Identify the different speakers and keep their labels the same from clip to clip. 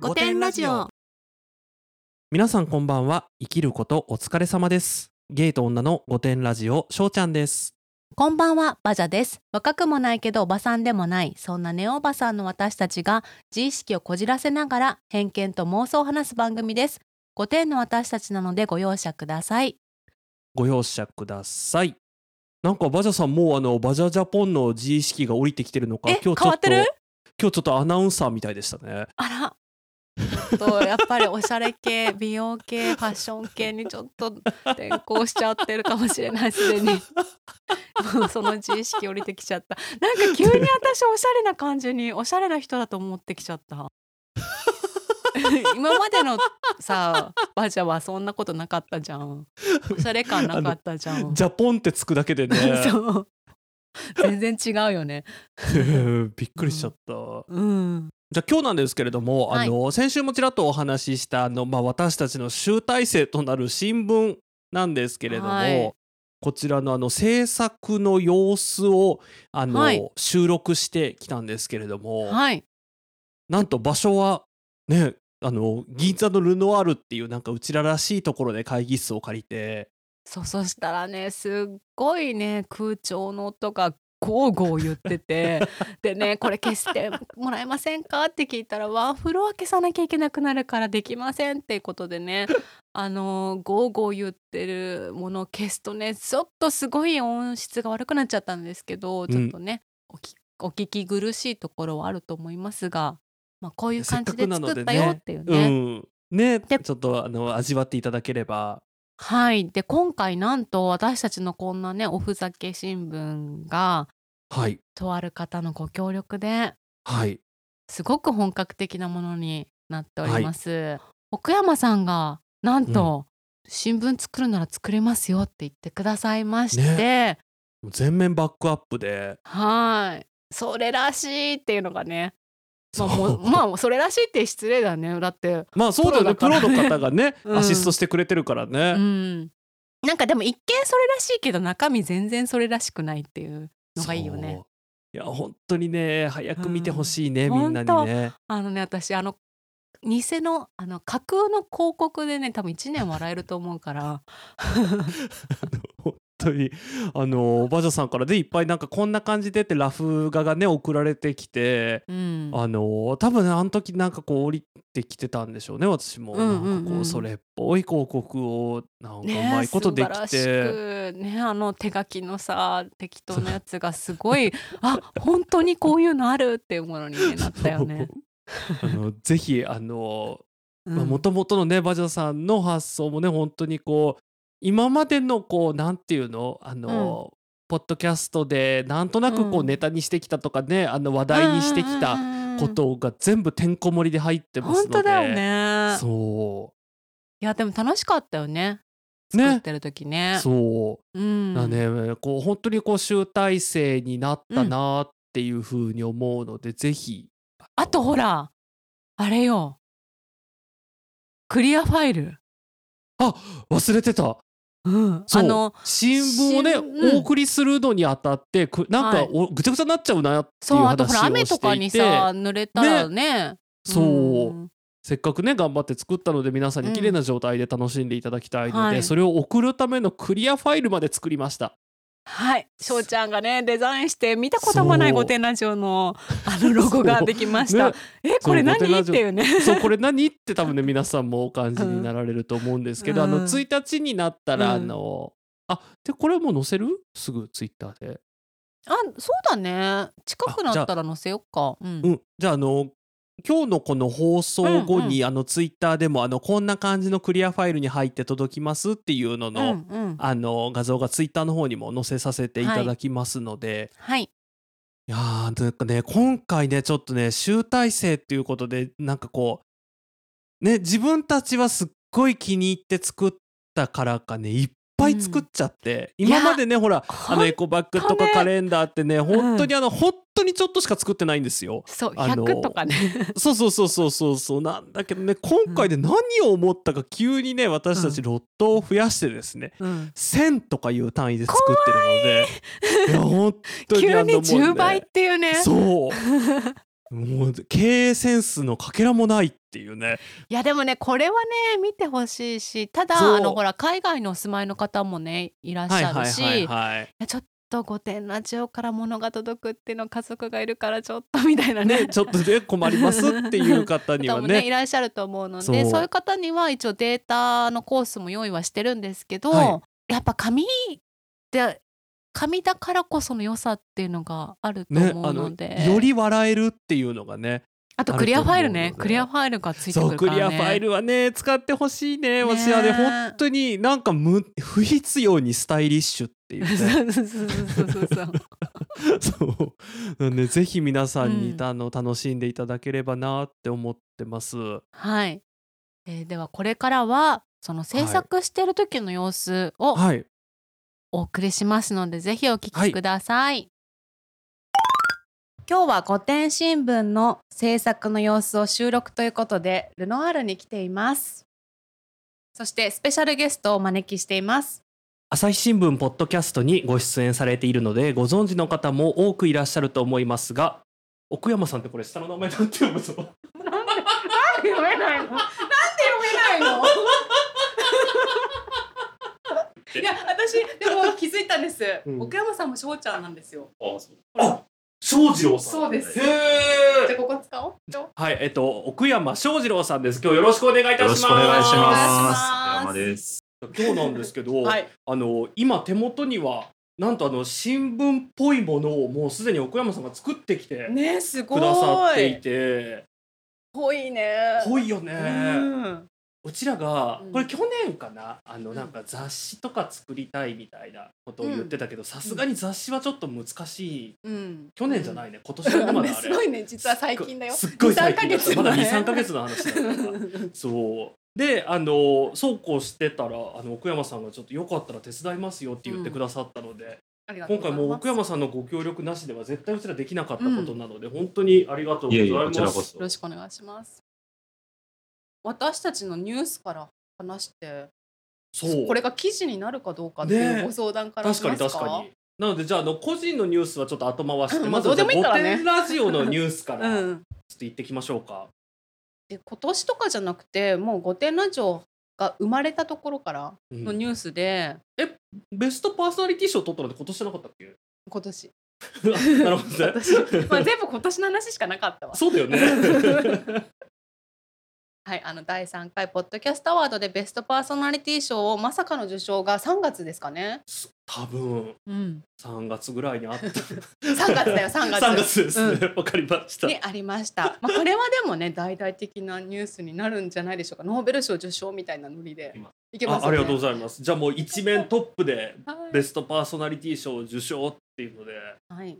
Speaker 1: 五点ラジオ
Speaker 2: 皆さんこんばんは生きることお疲れ様ですゲイと女の御殿ラジオしょうちゃんです
Speaker 1: こんばんはバジャです若くもないけどおばさんでもないそんなネオおばさんの私たちが自意識をこじらせながら偏見と妄想を話す番組です5点の私たちなのでご容赦ください
Speaker 2: ご容赦くださいなんかバジャさんもうあのバジャジャポンの自意識が降りてきてるのか今
Speaker 1: え
Speaker 2: 日ちょっと
Speaker 1: 変わってる
Speaker 2: 今日ちょっとアナウンサーみたいでしたね
Speaker 1: あらちょっとやっぱりおしゃれ系美容系ファッション系にちょっと転向しちゃってるかもしれないすでに もうその自意識降りてきちゃったなんか急に私おしゃれな感じにおしゃれな人だと思ってきちゃった今までのさバジャはそんなことなかったじゃんおしゃれ感なかった じゃん、
Speaker 2: ジャポンってつくだけでね
Speaker 1: そう全然違うよね
Speaker 2: びっくりしちゃった、
Speaker 1: うん
Speaker 2: じゃあ今日なんですけれども、
Speaker 1: はい
Speaker 2: あの先週もちらっとお話ししたあの、まあ、私たちの集大成となる新聞なんですけれども、
Speaker 1: はい
Speaker 2: こちらのあの制作の様子をあの、
Speaker 1: はい
Speaker 2: 収録してきたんですけれども、
Speaker 1: はい
Speaker 2: なんと場所はねあの銀座のルノワールっていうなんかうちららしいところで会議室を借りて
Speaker 1: そうそしたらねすっごいね空調の音がゴーゴー言っててでねこれ消してもらえませんかって聞いたらワンフロア消さなきゃいけなくなるからできませんっていうことでねあのーゴーゴー言ってるものを消すとねちょっとすごい音質が悪くなっちゃったんですけど
Speaker 2: ん
Speaker 1: ちょっとね、おきお聞き苦しいところはあると思いますが、まあ、こういう感じ
Speaker 2: せ
Speaker 1: で
Speaker 2: っかくなの
Speaker 1: 作
Speaker 2: で
Speaker 1: っ
Speaker 2: ね
Speaker 1: たよっていうね。
Speaker 2: うんね
Speaker 1: で
Speaker 2: ちょっとあの味わっていただければ
Speaker 1: はい。で、今回なんと私たちのこんなね、おふざけ新聞が、
Speaker 2: はい
Speaker 1: とある方のご協力で
Speaker 2: はい
Speaker 1: すごく本格的なものになっております。奥山さんが、なんと、新聞作るなら作れますよって言ってくださいまして、
Speaker 2: もう全面バックアップで。
Speaker 1: はい。それらしいっていうのがね、まあ、
Speaker 2: そ
Speaker 1: も
Speaker 2: う
Speaker 1: うまあ、それらしいって失礼だね。だって、
Speaker 2: まあそうだよねプ
Speaker 1: プ
Speaker 2: ロ
Speaker 1: ロだから
Speaker 2: の
Speaker 1: ね
Speaker 2: 方がね、
Speaker 1: うん
Speaker 2: アシストしてくれてるから
Speaker 1: う
Speaker 2: ね、
Speaker 1: ん。なんかでも一見それらしいけど中身全然それらしくないっていうのがいいよね
Speaker 2: そ。ういや本当にね早く見てほしいね、
Speaker 1: うん
Speaker 2: みんなにね
Speaker 1: あのね私あの偽のあの架空の広告でね多分1年笑えると思うから
Speaker 2: 本当にあのバジョさんからでいっぱいなんかこんな感じでってラフ画がね送られてきて、
Speaker 1: うん
Speaker 2: あの多分あの時なんかこう降りてきてたんでしょうね私も、
Speaker 1: うんうんう
Speaker 2: なん
Speaker 1: ん
Speaker 2: かこうそれっぽい広告をなんかうまいことでき
Speaker 1: 素
Speaker 2: て、
Speaker 1: 晴らしくねあの手書きのさ適当なやつがすごいあ本当にこういうのあるっていうものに、ね、なった よね。
Speaker 2: あのぜひあの
Speaker 1: う
Speaker 2: まあ、
Speaker 1: ん
Speaker 2: もともとのねバジョさんの発想もね本当にこう今までのこうなんていうのあの、ポッドキャストでなんとなくこ
Speaker 1: う
Speaker 2: うんネタにしてきたとかね、あの話題にしてきたことが全部てんこ盛りで入ってますの
Speaker 1: 本
Speaker 2: で
Speaker 1: 当だよね。
Speaker 2: そ
Speaker 1: いやでも楽しかったよね
Speaker 2: うね
Speaker 1: 作ってる時ね。
Speaker 2: うそうう、
Speaker 1: ん、
Speaker 2: だねこう本当にこう集大成になったなっていうふうに思うので、ぜひ
Speaker 1: あとほらあれよクリアファイル。
Speaker 2: 忘れてた
Speaker 1: うん、
Speaker 2: そ
Speaker 1: あ
Speaker 2: う
Speaker 1: の
Speaker 2: 新聞をね
Speaker 1: 新聞
Speaker 2: お送りするのにあたってくなんか
Speaker 1: はい
Speaker 2: お、ぐちゃぐちゃになっちゃうなってい
Speaker 1: そうう
Speaker 2: 話
Speaker 1: あと
Speaker 2: を
Speaker 1: ほら雨
Speaker 2: し
Speaker 1: と
Speaker 2: て
Speaker 1: か
Speaker 2: い
Speaker 1: に
Speaker 2: て
Speaker 1: さ濡れたらね
Speaker 2: そう、
Speaker 1: ん
Speaker 2: せっかくね頑張って作ったので皆さんに綺麗な状態で楽しんでいただきたいので、
Speaker 1: うんはい
Speaker 2: それを送るためのクリアファイルまで作りま した。
Speaker 1: はい翔ちゃんがねデザインして見たこともない
Speaker 2: そう
Speaker 1: 御殿ラジオのあのロゴができました、
Speaker 2: ね
Speaker 1: えこれ
Speaker 2: そう御殿
Speaker 1: 何
Speaker 2: ラ
Speaker 1: っ
Speaker 2: ジオ
Speaker 1: ていうね
Speaker 2: そうこれ何って多分ね皆さんもお感じになられると思うんですけど、
Speaker 1: う
Speaker 2: あ
Speaker 1: ん
Speaker 2: の1日になったら、
Speaker 1: うん
Speaker 2: あのあでこれはもう載せるすぐツイッターで。
Speaker 1: あそうだね近くなったら載せよっかうん
Speaker 2: うん、じゃああの今日のこの放送後に、あのツイッターでもあのこんな感じのクリアファイルに入って届きますっていうの
Speaker 1: うん
Speaker 2: の,、
Speaker 1: うん
Speaker 2: あの画像がツイッターの方にも載せさせていただきますので、
Speaker 1: はい
Speaker 2: いやーなんかね今回ねちょっとね集大成っていうことでなんかこうね自分たちはすっごい気に入って作ったからかねいっぱい作っちゃって、
Speaker 1: うん
Speaker 2: 今までねほらあの
Speaker 1: ほん
Speaker 2: エコバッグとかカレンダーってね本当にあの、本当にちょっとしか作ってないんですよ。
Speaker 1: そう
Speaker 2: あの
Speaker 1: 100とかね
Speaker 2: そうそうそうそうそうそうなんだけどね今回で何を思ったか急にね私たち
Speaker 1: う
Speaker 2: ロットを増やしてですね、
Speaker 1: うん
Speaker 2: 1000とかいう単位で作ってるのでいや本当に
Speaker 1: 急
Speaker 2: あの
Speaker 1: に
Speaker 2: もうね
Speaker 1: 10倍っていうね
Speaker 2: そうもう経営センスのかけらもないっっていう ね
Speaker 1: いやでもねこれはね見てほしいした
Speaker 2: そう
Speaker 1: だあのほら海外のお住まいの方もねいらっし
Speaker 2: はい
Speaker 1: ゃ
Speaker 2: は
Speaker 1: る
Speaker 2: い
Speaker 1: し、
Speaker 2: はい
Speaker 1: い
Speaker 2: はい
Speaker 1: やちょっと御殿ラジオから物が届くっていうの家族がいるからちょっとみたいなね
Speaker 2: ねちょっとで困りますっていう 方には
Speaker 1: 方も
Speaker 2: ね
Speaker 1: ねいらっしゃると思うので
Speaker 2: そ
Speaker 1: そうういう方には一応データのコースも用意はしてるんですけど、
Speaker 2: は
Speaker 1: やっぱ紙で紙だからこその良さっていうのがあると
Speaker 2: ね
Speaker 1: 思
Speaker 2: あ
Speaker 1: うの
Speaker 2: の
Speaker 1: で、
Speaker 2: より笑えるっていうのがね
Speaker 1: あとクリアファイル
Speaker 2: ある
Speaker 1: ね
Speaker 2: と思うので
Speaker 1: クリアファイルがついて
Speaker 2: そ
Speaker 1: く
Speaker 2: う
Speaker 1: る
Speaker 2: ク
Speaker 1: からね
Speaker 2: リアファイルはね使ってほしいね
Speaker 1: ね
Speaker 2: 私はね本当になんか無不必要にスタイリッシュっていう ね
Speaker 1: そうそうそうそうそう
Speaker 2: そうなんでぜひ皆さんに、
Speaker 1: うん
Speaker 2: あの楽しんでいただければなって思ってます
Speaker 1: はい、えーではこれからはその制作してる時の様子を
Speaker 2: はい
Speaker 1: お送りしますので、ぜひお聞
Speaker 2: はい
Speaker 1: きください、今日は古典新聞の制作の様子を収録ということでルノアールに来ていますそしてスペシャルゲストをお招きしています
Speaker 2: 朝日新聞ポッドキャストにご出演されているのでご存知の方も多くいらっしゃると思いますが奥山さんってこれ下の名前なんて読むぞ
Speaker 1: 読めないのなんで読めないの いや私でも気づいたんです、
Speaker 2: うん
Speaker 1: 奥山さんも翔ちゃんなんですよ
Speaker 2: あそうあ翔二郎さん
Speaker 1: そうです
Speaker 2: へ
Speaker 1: じゃ
Speaker 2: え
Speaker 1: あここ使おう
Speaker 2: はいえっと奥山翔二郎さんです今日よろしくお願いいたし
Speaker 3: よ
Speaker 2: ま
Speaker 3: ろ
Speaker 2: す
Speaker 3: しくお願いします。
Speaker 1: お願いします
Speaker 3: 山です。
Speaker 2: 今日なんですけど、
Speaker 1: はい
Speaker 2: あの今手元にはなんとあの新聞っぽいものをもうすでに奥山さんが作ってきて
Speaker 1: ねえすごい
Speaker 2: くださっていて
Speaker 1: 濃いね
Speaker 2: 濃いよね、
Speaker 1: うん
Speaker 2: うちらが
Speaker 1: うん
Speaker 2: これ去年かなあの
Speaker 1: うん
Speaker 2: なんか雑誌とか作りたいみたいなことを言ってたけどさすがに雑誌はちょっと難しい
Speaker 1: うん、、
Speaker 2: 去年じゃないいね今年のまだあ
Speaker 1: す
Speaker 2: れ
Speaker 1: ごいね実は最近だよ
Speaker 2: すっごい最近だったまだ23ヶ
Speaker 1: 2-3ヶ
Speaker 2: 月
Speaker 1: 月
Speaker 2: の話だからそうであのそうこうしてたらあの奥山さんがちょっとよかったら手伝いますよって言ってくださったので、
Speaker 1: ありがと
Speaker 2: 今
Speaker 1: うござ
Speaker 2: 回
Speaker 1: います
Speaker 2: もう奥山さんのご協力なしでは絶対うちらできなかったことなので、本当にありがとうご
Speaker 3: い
Speaker 2: ざい
Speaker 3: えいえ、こ
Speaker 2: ま
Speaker 3: ち
Speaker 2: す。
Speaker 3: らこそ
Speaker 1: よ。ろしくお願いします私たちのニュースから話して
Speaker 2: そう
Speaker 1: これが記事になるかどうかってい
Speaker 2: ねえ
Speaker 1: うご相談からあり
Speaker 2: 確か
Speaker 1: ま
Speaker 2: に
Speaker 1: すか
Speaker 2: 確かに。なのでじゃああの個人のニュースはちょっと後回しで、
Speaker 1: うん
Speaker 2: まずはじゃあ
Speaker 1: どうでもいいからね
Speaker 2: 御殿ラジオのニュースからち
Speaker 1: う
Speaker 2: ょっ
Speaker 1: ん、
Speaker 2: と行ってきましょうか。
Speaker 1: で今年とかじゃなくてもう「御殿ラジオ」が生まれたところから
Speaker 2: うん
Speaker 1: のニュースで、
Speaker 2: ベストパーソナリティ賞取ったのって今年じゃなかったっけ？
Speaker 1: 今年
Speaker 2: なるほどね。
Speaker 1: 私、まあ、全部今年の話しかなかったわ
Speaker 2: そうだよね。
Speaker 1: はい、あの第3回ポッドキャストアワードでベストパーソナリティ賞をまさかの受賞が3月ですかね。
Speaker 2: 多分
Speaker 1: うん、
Speaker 2: 三月ぐらいにあった。
Speaker 1: 3月 だよ、3月。
Speaker 2: 三月ですね。わかりました。
Speaker 1: にありました。まあ、これはでもね、大々的なニュースになるんじゃないでしょうか。ノーベル賞受賞みたいなノリで。いけます
Speaker 2: あ、
Speaker 1: よ
Speaker 2: あり
Speaker 1: ね。
Speaker 2: がとうご
Speaker 1: う
Speaker 2: ざいます。じゃあもう一面トップで
Speaker 1: は
Speaker 2: ベ
Speaker 1: い。
Speaker 2: ストパーソナリティ賞受賞っていうので。
Speaker 1: はい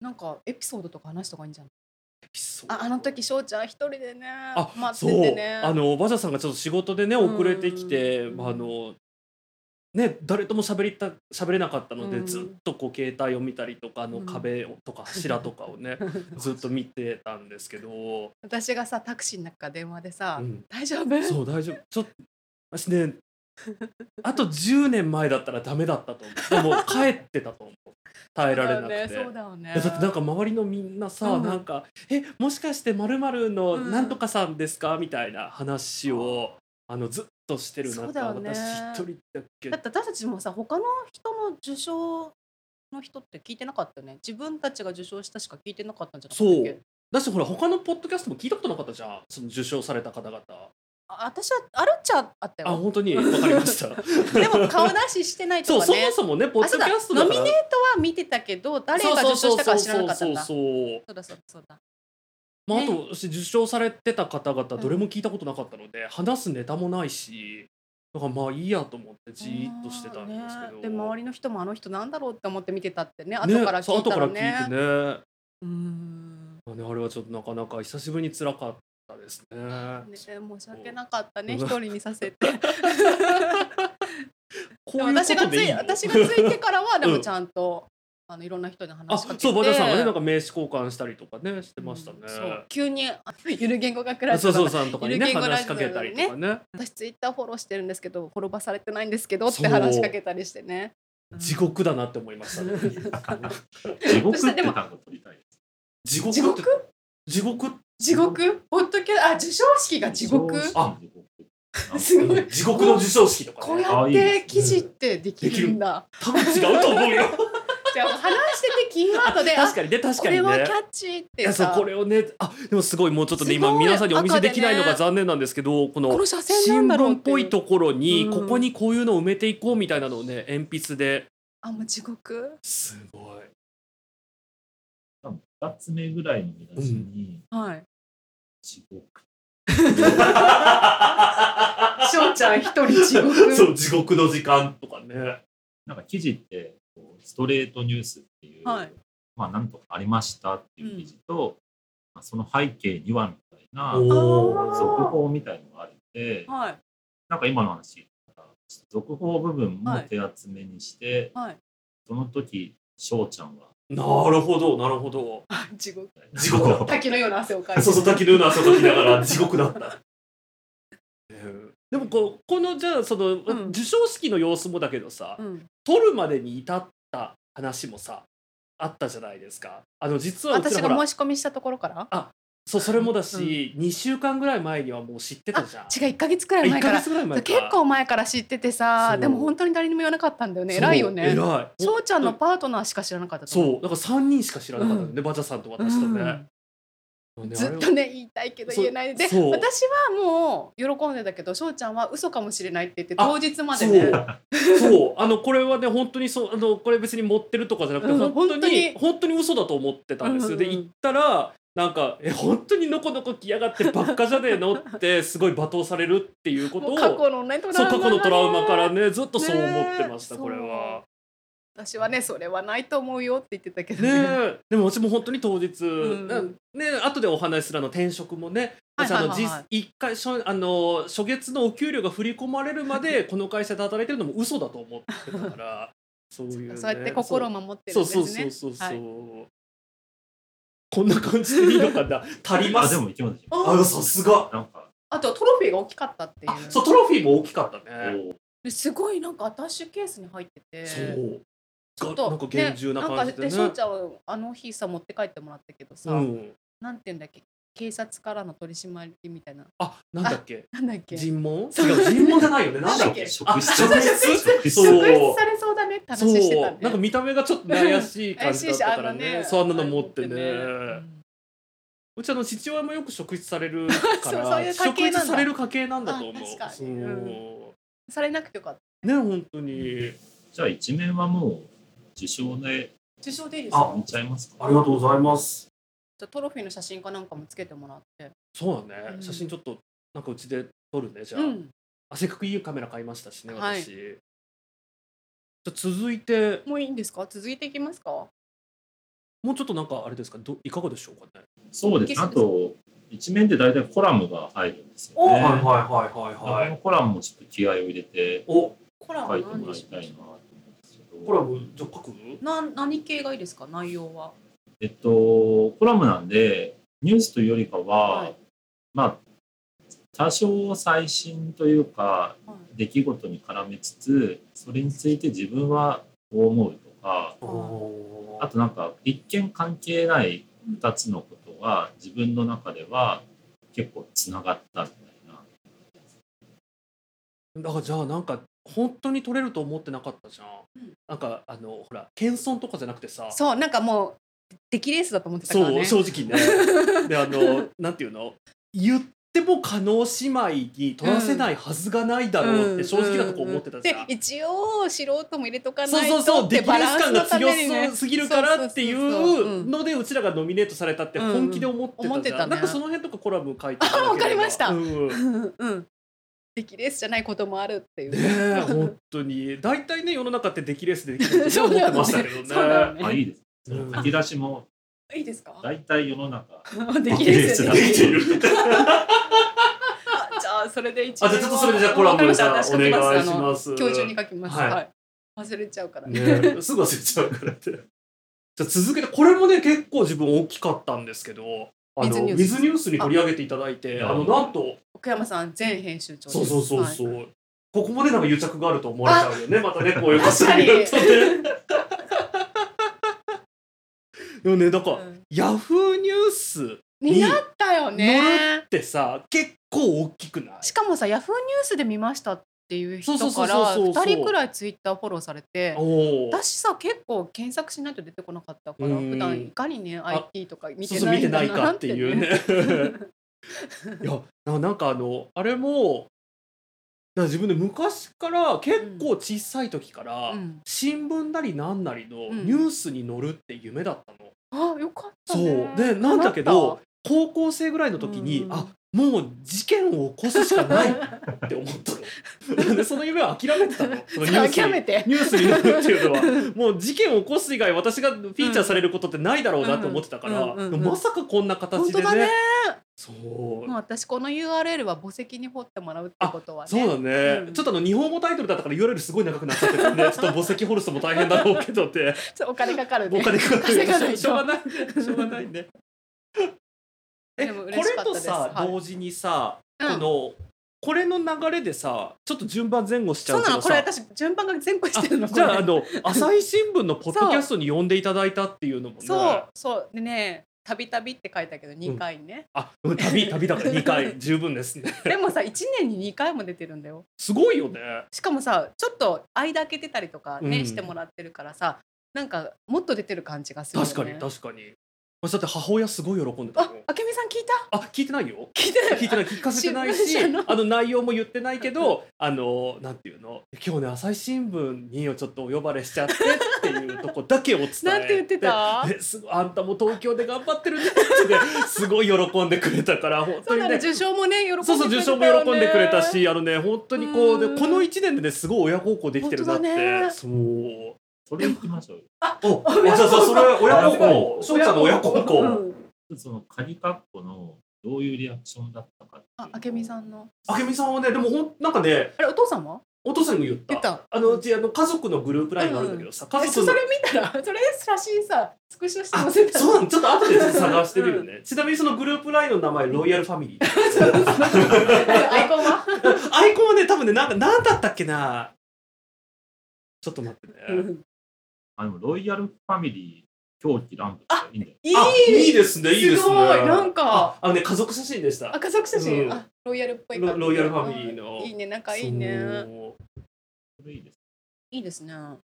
Speaker 1: なんかエピソードとか話した方がいいんじゃない。
Speaker 2: エピソード
Speaker 1: あ、あの時翔ちゃん一人でね。
Speaker 2: あ
Speaker 1: 待
Speaker 2: そ
Speaker 1: ってて
Speaker 2: う
Speaker 1: ね。
Speaker 2: あのバジャさんがちょっと仕事でね
Speaker 1: うん
Speaker 2: 遅れてきて、
Speaker 1: うん
Speaker 2: まああのね誰とも喋りた喋れなかったので、
Speaker 1: うん
Speaker 2: ずっとこう携帯を見たりとかあの
Speaker 1: うん
Speaker 2: 壁とか柱とかを ね、ずっと見てたんですけど、
Speaker 1: 私がさ、タクシーの中から電話でさ、
Speaker 2: うん
Speaker 1: 大丈夫。
Speaker 2: そう大丈夫ちょっと私ねあと10年前だったらダメだったと思うでも帰ってたと思う耐えられなくて。
Speaker 1: そうだよね。
Speaker 2: いやだってなんか周りのみんなさ、
Speaker 1: うん
Speaker 2: なんか「えもしかしてまるの
Speaker 1: うん
Speaker 2: なんとかさんですか?」みたいな話をあのずっとしてる
Speaker 1: そう
Speaker 2: 中、
Speaker 1: だよね
Speaker 2: 私一人だっけ
Speaker 1: だって私たちもさ他の人の受賞の人って聞いてなかったよね自分たちが受賞したしか聞いてなかったんじゃなかったっ
Speaker 2: そ
Speaker 1: け
Speaker 2: うだしほら他のポッドキャストも聞いたことなかったじゃんその受賞された方々
Speaker 1: あ私はあるっちゃあった
Speaker 2: あ
Speaker 1: よ
Speaker 2: 本当にわかりました
Speaker 1: でも顔出ししてない
Speaker 2: そ
Speaker 1: と
Speaker 2: う
Speaker 1: か
Speaker 2: そも
Speaker 1: ね
Speaker 2: そもねポ
Speaker 1: あ
Speaker 2: ッ
Speaker 1: そ
Speaker 2: ド
Speaker 1: う
Speaker 2: キ
Speaker 1: だ
Speaker 2: ャストだ
Speaker 1: ノ
Speaker 2: から
Speaker 1: ミネートは見てたけど誰が受賞したかは知らなかったんだ
Speaker 2: そ
Speaker 1: そう
Speaker 2: そうそうそうそう
Speaker 1: うだそうだそうだ
Speaker 2: まあ、あ
Speaker 1: ね
Speaker 2: と私受賞されてた方々
Speaker 1: ん
Speaker 2: どれも聞いたことなかったので、話すネタもないしだからまあいいやと思ってじーっとしてたんですけど、
Speaker 1: ねで周りの人もあの人なんだろうって思って見てたってね
Speaker 2: ね
Speaker 1: 後から
Speaker 2: そう
Speaker 1: 聞いたらね
Speaker 2: 後から聞いてね
Speaker 1: うーん
Speaker 2: まあねあれはちょっとなかなか久しぶりに辛かったですね
Speaker 1: ね申し訳なかったね一人に させて
Speaker 2: こういう
Speaker 1: でも
Speaker 2: こ
Speaker 1: 私が
Speaker 2: と
Speaker 1: つ
Speaker 2: でいい
Speaker 1: い
Speaker 2: の
Speaker 1: 私がついてからはで
Speaker 2: う
Speaker 1: も
Speaker 2: ん
Speaker 1: ちゃん と、あのいろんな人に
Speaker 2: あ
Speaker 1: 話しかけて
Speaker 2: そうバジャさんがねなんか名刺交換したりとかねしてましたね、
Speaker 1: うんそう急にあゆる言語学ラジ
Speaker 2: そ
Speaker 1: オ
Speaker 2: う
Speaker 1: だか
Speaker 2: そ
Speaker 1: ら
Speaker 2: うさんとかに
Speaker 1: ゆる
Speaker 2: ね
Speaker 1: 言語ラ
Speaker 2: 話
Speaker 1: ジ
Speaker 2: し
Speaker 1: オ
Speaker 2: かけたりとかね
Speaker 1: 私ツイッターフォローしてるんですけど滅ばされてないんですけどっ
Speaker 2: そう
Speaker 1: て話しかけたりしてね
Speaker 2: 地獄だなって思いました ね
Speaker 3: 地獄って単語取りたい。
Speaker 2: 地獄って
Speaker 1: 地
Speaker 2: 地
Speaker 1: 獄
Speaker 2: 獄っ
Speaker 1: 地獄ポッドキャあ授賞式が地獄
Speaker 2: あ
Speaker 1: すごい
Speaker 2: 地獄の授賞式とか
Speaker 1: こう
Speaker 2: ね、
Speaker 1: や
Speaker 2: あ
Speaker 1: っ
Speaker 2: いいです
Speaker 1: て
Speaker 2: ね
Speaker 1: 記事ってできるんだ
Speaker 2: 多分違うと思うよ
Speaker 1: じゃあ話しててキーワードで
Speaker 2: 確
Speaker 1: あ
Speaker 2: かにね確
Speaker 1: こ
Speaker 2: かにね
Speaker 1: れはキャッチー
Speaker 2: い
Speaker 1: って
Speaker 2: やそう
Speaker 1: さ
Speaker 2: これをねあでもすごいもうちょっとね
Speaker 1: すごい
Speaker 2: 今皆さんにお見せできないの
Speaker 1: 赤で
Speaker 2: が
Speaker 1: ね
Speaker 2: 残念なんですけどこの
Speaker 1: この車
Speaker 2: 新
Speaker 1: 線なんだろう
Speaker 2: 聞
Speaker 1: っ
Speaker 2: ってぽいところに、
Speaker 1: うん
Speaker 2: ここにこういうのを埋めていこうみたいなのをね鉛筆で
Speaker 1: あもう地獄
Speaker 2: すごい
Speaker 3: 二つ目ぐらいの見出しに、
Speaker 1: はい
Speaker 3: 地獄
Speaker 1: 翔ちゃん一人地獄
Speaker 2: そう地獄の時間とかね
Speaker 3: なんか記事ってこうストレートニュースっていう、
Speaker 1: はい
Speaker 3: まあなんとかありましたっていう記事と、まあ、その背景にはみたいな
Speaker 2: お
Speaker 1: ー
Speaker 3: 続報みたいのがあるので、
Speaker 1: はい
Speaker 3: なんか今の話続報部分も
Speaker 1: はい
Speaker 3: 手厚めにして、
Speaker 1: はい
Speaker 3: その時翔ちゃんは
Speaker 2: なるほどなるほど
Speaker 1: あ地獄
Speaker 2: 地獄だ
Speaker 1: 滝のような汗をかいて
Speaker 2: そうそう滝のような汗をかきなが ら地獄だった。でもこうこのじゃあその、
Speaker 1: うん
Speaker 2: 授賞式の様子もだけどさ、
Speaker 1: うん
Speaker 2: 撮るまでに至った話もさあったじゃないですか。あの実はうち
Speaker 1: 私
Speaker 2: らほ
Speaker 1: が
Speaker 2: ら
Speaker 1: 申し込みしたところから
Speaker 2: そうそれもだし、二週間ぐらい前にはもう知ってたじゃん。
Speaker 1: 違う1か月くらい前
Speaker 2: 一
Speaker 1: か
Speaker 2: ヶ
Speaker 1: ら
Speaker 2: 月ぐらい前か
Speaker 1: 結構前から知っててさ
Speaker 2: そう
Speaker 1: でも本当に誰にも言わなかったんだよね
Speaker 2: そう
Speaker 1: 偉いよ
Speaker 2: 偉
Speaker 1: ね
Speaker 2: い。
Speaker 1: 翔ちゃんのパートナーしか知らなかったと
Speaker 2: そう
Speaker 1: 思
Speaker 2: だから三人しか知らなかったよね、バジャさんと私とね。ねあれは
Speaker 1: ずっとね言いたいけど言えないでで
Speaker 2: そうそう
Speaker 1: 私はもう喜んでたけど翔ちゃんは嘘かもしれないって言って当日までね
Speaker 2: そうそうあのこれはね本当にそうあのこれ別に持ってるとかじゃなくて、
Speaker 1: うん
Speaker 2: 本当に
Speaker 1: 本当に
Speaker 2: 本当に嘘だと思ってたんですよ、で
Speaker 1: うんうん
Speaker 2: 行ったらなんかえ本当にのこのこ来やがってばっかじゃねえの ってすごい罵倒されるっていうこと
Speaker 1: も
Speaker 2: を
Speaker 1: う過去のねト
Speaker 2: そう過去のトラウマ
Speaker 1: が
Speaker 2: からねずっとそう思ってました、
Speaker 1: ねえ
Speaker 2: これは。
Speaker 1: 私はねそれはないと思うよって言ってたけど
Speaker 2: ね
Speaker 1: ね
Speaker 2: えでも私も本当に当日、
Speaker 1: ん
Speaker 2: なねえ後でお話しするあの転職もね私あの
Speaker 1: はいはいはいはい
Speaker 2: 実一回初あの初月のお給料が振り込まれるま でこの会社で働いてるのも嘘だと思ってたからそういう、ね、
Speaker 1: そうやって心を守ってる
Speaker 2: そ
Speaker 1: ん
Speaker 2: う
Speaker 1: です
Speaker 2: そ
Speaker 1: ね
Speaker 2: うそうそうそう、
Speaker 1: はい
Speaker 2: こんな感じでいいのかな 足りま
Speaker 3: あ
Speaker 2: す
Speaker 3: でもいけますいけま
Speaker 2: あさすが
Speaker 3: すなんか
Speaker 1: あとはトロフィーが大きかったってい
Speaker 2: あ
Speaker 1: う
Speaker 2: そうトロフィーも大きかったね
Speaker 3: こう
Speaker 1: ですごいなんかアタッシュケースに入ってて
Speaker 2: そう
Speaker 1: ちょっ
Speaker 2: が
Speaker 1: と
Speaker 2: なんか厳重な感じでね
Speaker 1: ねなんかで翔ちゃんはあの日さ持って帰ってもらったけどさ、
Speaker 2: うん、
Speaker 1: なんていうんだっけ警察からの取り締まりみたいな
Speaker 2: あなんだっけ
Speaker 1: なんだっけ
Speaker 2: 尋問違う尋問じゃないよねなんだ っけ
Speaker 3: 職
Speaker 2: あ
Speaker 3: 質
Speaker 2: 職質
Speaker 3: 職質
Speaker 2: そう
Speaker 1: 食事されそうだねって話してたん
Speaker 2: そうなんか見た目がちょっと怪しい感じだったからねそうあんなの持ってね、うちあの父親もよく職質され るか
Speaker 1: そうそうい
Speaker 2: ら
Speaker 1: う家
Speaker 2: 職
Speaker 1: 系なんだ
Speaker 2: 質される家系なんだと思う
Speaker 1: あ確かに
Speaker 2: そう、
Speaker 1: う
Speaker 2: ね
Speaker 1: んされなくてよかった
Speaker 2: 本当に
Speaker 3: じゃあ一面はもう受賞で
Speaker 1: 受賞でいいですか
Speaker 3: あ見ちゃいますか
Speaker 2: りがとうございます
Speaker 1: じゃあトロフィーの写真かなんかもつけてもらって
Speaker 2: そうだね、
Speaker 1: うん
Speaker 2: 写真ちょっとなんかうちで撮るねじゃあ、
Speaker 1: うん
Speaker 2: あせっかくいいカメラ買いましたしね私、
Speaker 1: はい
Speaker 2: じゃあ続いて
Speaker 1: もういいんですか続いていきますか
Speaker 2: もうちょっとなんかあれですかどいかがでしょうかね
Speaker 3: そうですあと一面で大体コラムが入るんですよ
Speaker 1: お
Speaker 3: ね
Speaker 2: はい
Speaker 3: このコラムもちょっと気合を入れて
Speaker 2: お
Speaker 1: コラ
Speaker 3: 書
Speaker 1: ム
Speaker 3: いて
Speaker 1: 何で
Speaker 3: もらい
Speaker 1: したょ
Speaker 3: いなと思うんですけど
Speaker 2: コラボじゃあ書く
Speaker 1: うな何系がいいですか内容は
Speaker 3: えっとコラムなんでニュースというよりかは、
Speaker 1: はい
Speaker 3: まあ多少最新というか
Speaker 1: は
Speaker 3: 出来事に絡めつつそれについて自分はこう思うとか
Speaker 2: おー
Speaker 3: あとなんか一見関係ない2つのことが自分の中では結構つながったみたいな
Speaker 2: だからじゃあなんか本当に取れると思ってなかったじゃん、
Speaker 1: うん
Speaker 2: なんかあのほら謙遜とかじゃなくてさ
Speaker 1: そうなんかもう出来レースだと思ってたか
Speaker 2: そ
Speaker 1: ら
Speaker 2: う
Speaker 1: ね
Speaker 2: 正直 ねであのなんていうの言っても可能姉妹に取らせないはずがないだろうって正直なとこ思ってたじゃん、
Speaker 1: で一応素人も入れとか
Speaker 2: そう
Speaker 1: ない
Speaker 2: そうそ
Speaker 1: と
Speaker 2: う
Speaker 1: っ
Speaker 2: 出
Speaker 1: て
Speaker 2: 来
Speaker 1: バ
Speaker 2: レ
Speaker 1: ラ
Speaker 2: ース
Speaker 1: ンス
Speaker 2: 感
Speaker 1: の
Speaker 2: が
Speaker 1: ために
Speaker 2: 強
Speaker 1: ね
Speaker 2: すすぎるからってい
Speaker 1: そうそうそうそうう
Speaker 2: うんのでうちらがノミネートされたって本気で思ってたじゃん、
Speaker 1: うんうん思ってたね
Speaker 2: なんかその辺とかコラム書いてただければ
Speaker 1: あわかりました
Speaker 2: うん
Speaker 1: うんうん出来レースじゃないこともあるっていう
Speaker 2: ね え本当に大体ね世の中って出来レースでできるって思ってましたけどね
Speaker 1: そうだよね
Speaker 3: あいいです
Speaker 2: うん
Speaker 3: 書き出しも
Speaker 1: いいです か
Speaker 3: 大体世の中
Speaker 1: 出来レース
Speaker 3: 出
Speaker 1: で
Speaker 3: 来レースだ
Speaker 1: じゃあそれで一応
Speaker 2: あじゃあちょっとそれでじゃあコラム
Speaker 1: わかりました
Speaker 2: じゃあお願いし
Speaker 1: あの
Speaker 2: ます
Speaker 1: 今日中に書きます
Speaker 2: はい
Speaker 1: はい忘れちゃうから
Speaker 2: ね、すぐ忘れちゃうからって。じゃあ続けてこれもね結構自分大きかったんですけどあの
Speaker 1: 水
Speaker 2: 水
Speaker 1: ニ
Speaker 2: ニ
Speaker 1: ュース
Speaker 2: ュースに取り上げていただいてあ
Speaker 3: あ
Speaker 2: のなんと
Speaker 1: 奥山さん前編集長です
Speaker 2: そうそうそうそう、
Speaker 1: はい
Speaker 2: ここまでなんか癒着があると思われちゃうよねまたねこういうこと
Speaker 1: 確かに
Speaker 2: 言うとね。 でもねだから、
Speaker 1: うん
Speaker 2: ヤフーニュース
Speaker 1: になったよ
Speaker 2: 乗
Speaker 1: ね
Speaker 2: ってさ結構大きくない
Speaker 1: しかもさヤフーニュースで見ましたっていう人
Speaker 2: そうそう
Speaker 1: か
Speaker 2: そう
Speaker 1: ら
Speaker 2: そうそう
Speaker 1: 2人くらいツイッターフォローされて
Speaker 2: おお
Speaker 1: 私さ結構検索しないと出てこなかったから
Speaker 2: うん
Speaker 1: 普段いかにね IT とか見
Speaker 2: そう
Speaker 1: て
Speaker 2: そう
Speaker 1: な
Speaker 2: 見
Speaker 1: い
Speaker 2: て
Speaker 1: ん
Speaker 2: な
Speaker 1: だ
Speaker 2: いか
Speaker 1: なっ
Speaker 2: って
Speaker 1: て
Speaker 2: いう
Speaker 1: ね
Speaker 2: ね いやななんかあのあれもだから自分で昔から結構小さい時から、
Speaker 1: うん
Speaker 2: 新聞なりなんなりの
Speaker 1: うん
Speaker 2: ニュースに載るって夢だったの、
Speaker 1: あよかった
Speaker 2: そ
Speaker 1: ね
Speaker 2: うでなんだけ
Speaker 1: 叶っ
Speaker 2: ど高校生ぐらいの時に、
Speaker 1: うん
Speaker 2: あもう事件を起こすしかないって思った のでその夢は諦めてたのそのニュースに
Speaker 1: 諦 めて
Speaker 2: ニュースになるっていうのはもう事件を起こす以外私がフィーチャーされることってないだろうなと思ってたから、
Speaker 1: うんうんうんうん
Speaker 2: まさかこんな形
Speaker 1: 本
Speaker 2: で
Speaker 1: 当
Speaker 2: ね
Speaker 1: だね
Speaker 2: そう、
Speaker 1: まあ私この URL は墓石に掘ってもらうってことはね
Speaker 2: そうだね、
Speaker 1: うん
Speaker 2: ちょっとあの日本語タイトルだったから URL すごい長くなっちゃって るんでちょっと墓石ホルストも大変だろうけどって
Speaker 1: そうお金かかるね
Speaker 2: お金かかる
Speaker 1: 稼がないと
Speaker 2: しょうがないねしょうがないねえ
Speaker 1: でも
Speaker 2: これ
Speaker 1: 嬉しかった
Speaker 2: と
Speaker 1: です
Speaker 2: さ、
Speaker 1: はい
Speaker 2: 同時にさ、
Speaker 1: うん
Speaker 2: このこれの流れでさちょっと順番前後しちゃ
Speaker 1: そう
Speaker 2: うけ
Speaker 1: な
Speaker 2: ど
Speaker 1: のこれ
Speaker 2: さ
Speaker 1: 私順番が前後してるの
Speaker 2: あじゃああ
Speaker 1: これ
Speaker 2: の朝日新聞のポッドキャストに呼んでいただいたっていうのもね
Speaker 1: そうそうでね「たびたび」って書いたけど2回ね、
Speaker 2: あうん旅 旅だから2回十分ですね
Speaker 1: でもさ1年に2回も出てるんだよ
Speaker 2: すごいよね
Speaker 1: しかもさちょっと間空けてたりとかね、
Speaker 2: うん
Speaker 1: してもらってるからさなんかもっと出てる感じがするよね
Speaker 2: 確かに確かに私だって母親すごい喜んでた
Speaker 1: あ
Speaker 2: もん
Speaker 1: あけみさん聞いた
Speaker 2: あ聞いてないよ
Speaker 1: 聞いてない
Speaker 2: 聞いてない聞かせてない
Speaker 1: 新
Speaker 2: し
Speaker 1: 聞社の
Speaker 2: あの内容も言ってないけどあのなんていうの今日ね朝日新聞にをちょっとお呼ばれしちゃってっていうとこだけを伝えて
Speaker 1: なんて言ってた
Speaker 2: えすごいあんたも東京で頑張ってるねってねすごい喜んでくれたから本
Speaker 1: そ
Speaker 2: 当
Speaker 1: う
Speaker 2: に
Speaker 1: なの
Speaker 2: ね
Speaker 1: 受賞もね喜んでくれ
Speaker 2: そうそう受賞も喜んでくれたしあのね本当にこうで
Speaker 1: うん
Speaker 2: この1年でねすごい親孝行できてるなって、
Speaker 1: 本当だね
Speaker 2: そう
Speaker 3: それ行きましょうよ
Speaker 2: おあそうそうそれ親孝行翔ちゃんの親孝行、
Speaker 3: そのカニカッコのどういうリアクションだったかっていうの
Speaker 1: あ
Speaker 3: を
Speaker 1: あけみさんの
Speaker 2: あけみさんはねでもほんなんかね
Speaker 1: あれお父さんは
Speaker 2: お父さんにも言った
Speaker 1: 言った
Speaker 2: あのうちあの家族のグループラインがあるんだけどさ、
Speaker 1: え
Speaker 2: 家
Speaker 1: そ
Speaker 2: 族の
Speaker 1: それ見たらそれ写真さスクショして
Speaker 2: あ
Speaker 1: 載せた
Speaker 2: そうなのちょっと後で探してみるね、ちなみにそのグループラインの名前ロイヤルファミリー
Speaker 1: のアイコンは
Speaker 2: アイコンはね多分ねなんかなんだったっけなちょっと待ってね、
Speaker 3: あのロイヤルファミリー狂気乱舞とかいいんだよ
Speaker 1: いい
Speaker 2: あいいですねいいですね
Speaker 1: すごいなんか
Speaker 2: ああのね家族写真でした
Speaker 1: 赤族写真、
Speaker 2: うん
Speaker 1: あロイヤルっぽい
Speaker 2: ロ
Speaker 1: 感じ
Speaker 2: ロイヤルファミリーの
Speaker 1: うんいいね仲いいね
Speaker 2: そう
Speaker 3: それいいです
Speaker 1: いいですね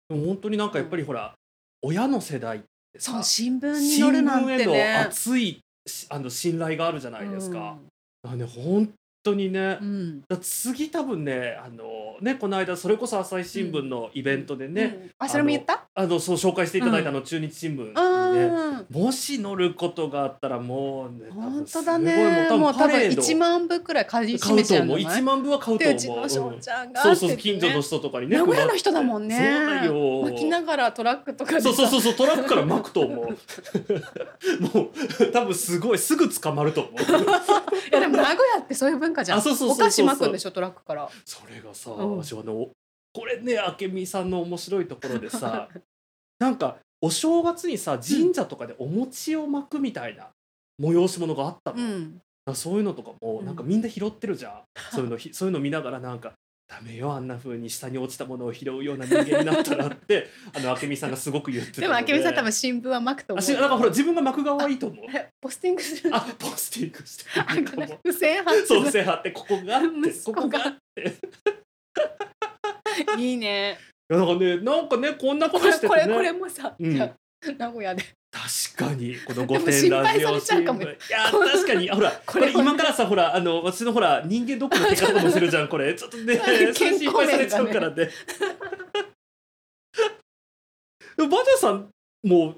Speaker 2: でも本当になんかやっぱりほら、親の世代ってさ
Speaker 1: そう新聞に
Speaker 2: 新
Speaker 1: 載るなん
Speaker 2: 聞へ
Speaker 1: て
Speaker 2: の
Speaker 1: ね
Speaker 2: 熱いしあの信頼があるじゃないですか。だからね本当にね、
Speaker 1: うん、うん
Speaker 2: だから次多分ねあのねこの間それこそ朝日新聞のイベントでね、
Speaker 1: うんあそれも言った
Speaker 2: あのそう紹介していただいたあの中日新聞にね、
Speaker 1: うん
Speaker 2: もし乗ることがあったらもうね多
Speaker 1: 本
Speaker 2: 分すご
Speaker 1: 当
Speaker 2: い
Speaker 1: だね
Speaker 2: も
Speaker 1: も
Speaker 2: う多分パ
Speaker 1: う多分
Speaker 2: レード
Speaker 1: 1万部くらい買い占
Speaker 2: 買
Speaker 1: め
Speaker 2: う
Speaker 1: ち
Speaker 2: と
Speaker 1: ゃう
Speaker 2: 思
Speaker 1: の
Speaker 2: う一
Speaker 1: ね
Speaker 2: 万部は買うと
Speaker 1: で
Speaker 2: 思う
Speaker 1: うちの翔ちゃんが、
Speaker 2: そうそうそう
Speaker 1: って言
Speaker 2: 近
Speaker 1: って
Speaker 2: 所
Speaker 1: ね
Speaker 2: の人とかにね
Speaker 1: 名古屋の人だもんね
Speaker 2: そうだよ
Speaker 1: 巻きながらトラックとかで
Speaker 2: そうそう
Speaker 1: う
Speaker 2: そうそうトラックから巻くと思う もう多分すごいすぐ捕まると 思う
Speaker 1: いやでも名古屋ってそういう文化じゃん
Speaker 2: あそうそうそう
Speaker 1: お
Speaker 2: そう
Speaker 1: 菓子巻くんでしょトラックから
Speaker 2: それがさ、
Speaker 1: うん
Speaker 2: 私あのこれね明美さんの面白いところでさ なんかお正月にさ神社とかでお餅を巻くみたいな催し物があったの、
Speaker 1: う
Speaker 2: だか
Speaker 1: ん
Speaker 2: らそういうのとかも
Speaker 1: うん
Speaker 2: なんかみんな拾ってる じゃん、そういうのひそういうの見ながらなんか「ダメよあんな風に下に落ちたものを拾うような人間になったら」って あの明美さんがすごく言ってた
Speaker 1: で
Speaker 2: の
Speaker 1: もあけみさん多
Speaker 2: あ
Speaker 1: 分新聞は巻くと思
Speaker 2: しなんか
Speaker 1: う
Speaker 2: ほら自分が巻く側はいいと思 う
Speaker 1: えポスティングする
Speaker 2: あポスティングして
Speaker 1: あ
Speaker 2: もいいと
Speaker 1: の
Speaker 2: 思う
Speaker 1: 付箋貼って
Speaker 2: そう背張ってここがあって
Speaker 1: 息
Speaker 2: こ
Speaker 1: 子
Speaker 2: こ
Speaker 1: が
Speaker 2: があって
Speaker 1: いいね
Speaker 2: いやなんかねなんかねこんなこ
Speaker 1: ことれ
Speaker 2: しててね
Speaker 1: これこれもさ、
Speaker 2: うん
Speaker 1: じゃあ名古屋で
Speaker 2: 確かにこの御
Speaker 1: でも
Speaker 2: 殿
Speaker 1: 心
Speaker 2: ラ
Speaker 1: 配
Speaker 2: ジ
Speaker 1: さ
Speaker 2: オ
Speaker 1: れちゃうかも
Speaker 2: いや確かにあほらこ
Speaker 1: こ
Speaker 2: れ
Speaker 1: れ
Speaker 2: 今からさほらあの私のほら人間ドックの結果とかもするじゃんこれちょっとね
Speaker 1: 健康
Speaker 2: 心
Speaker 1: 面がね
Speaker 2: 配されちゃうからね でもバジャーさんも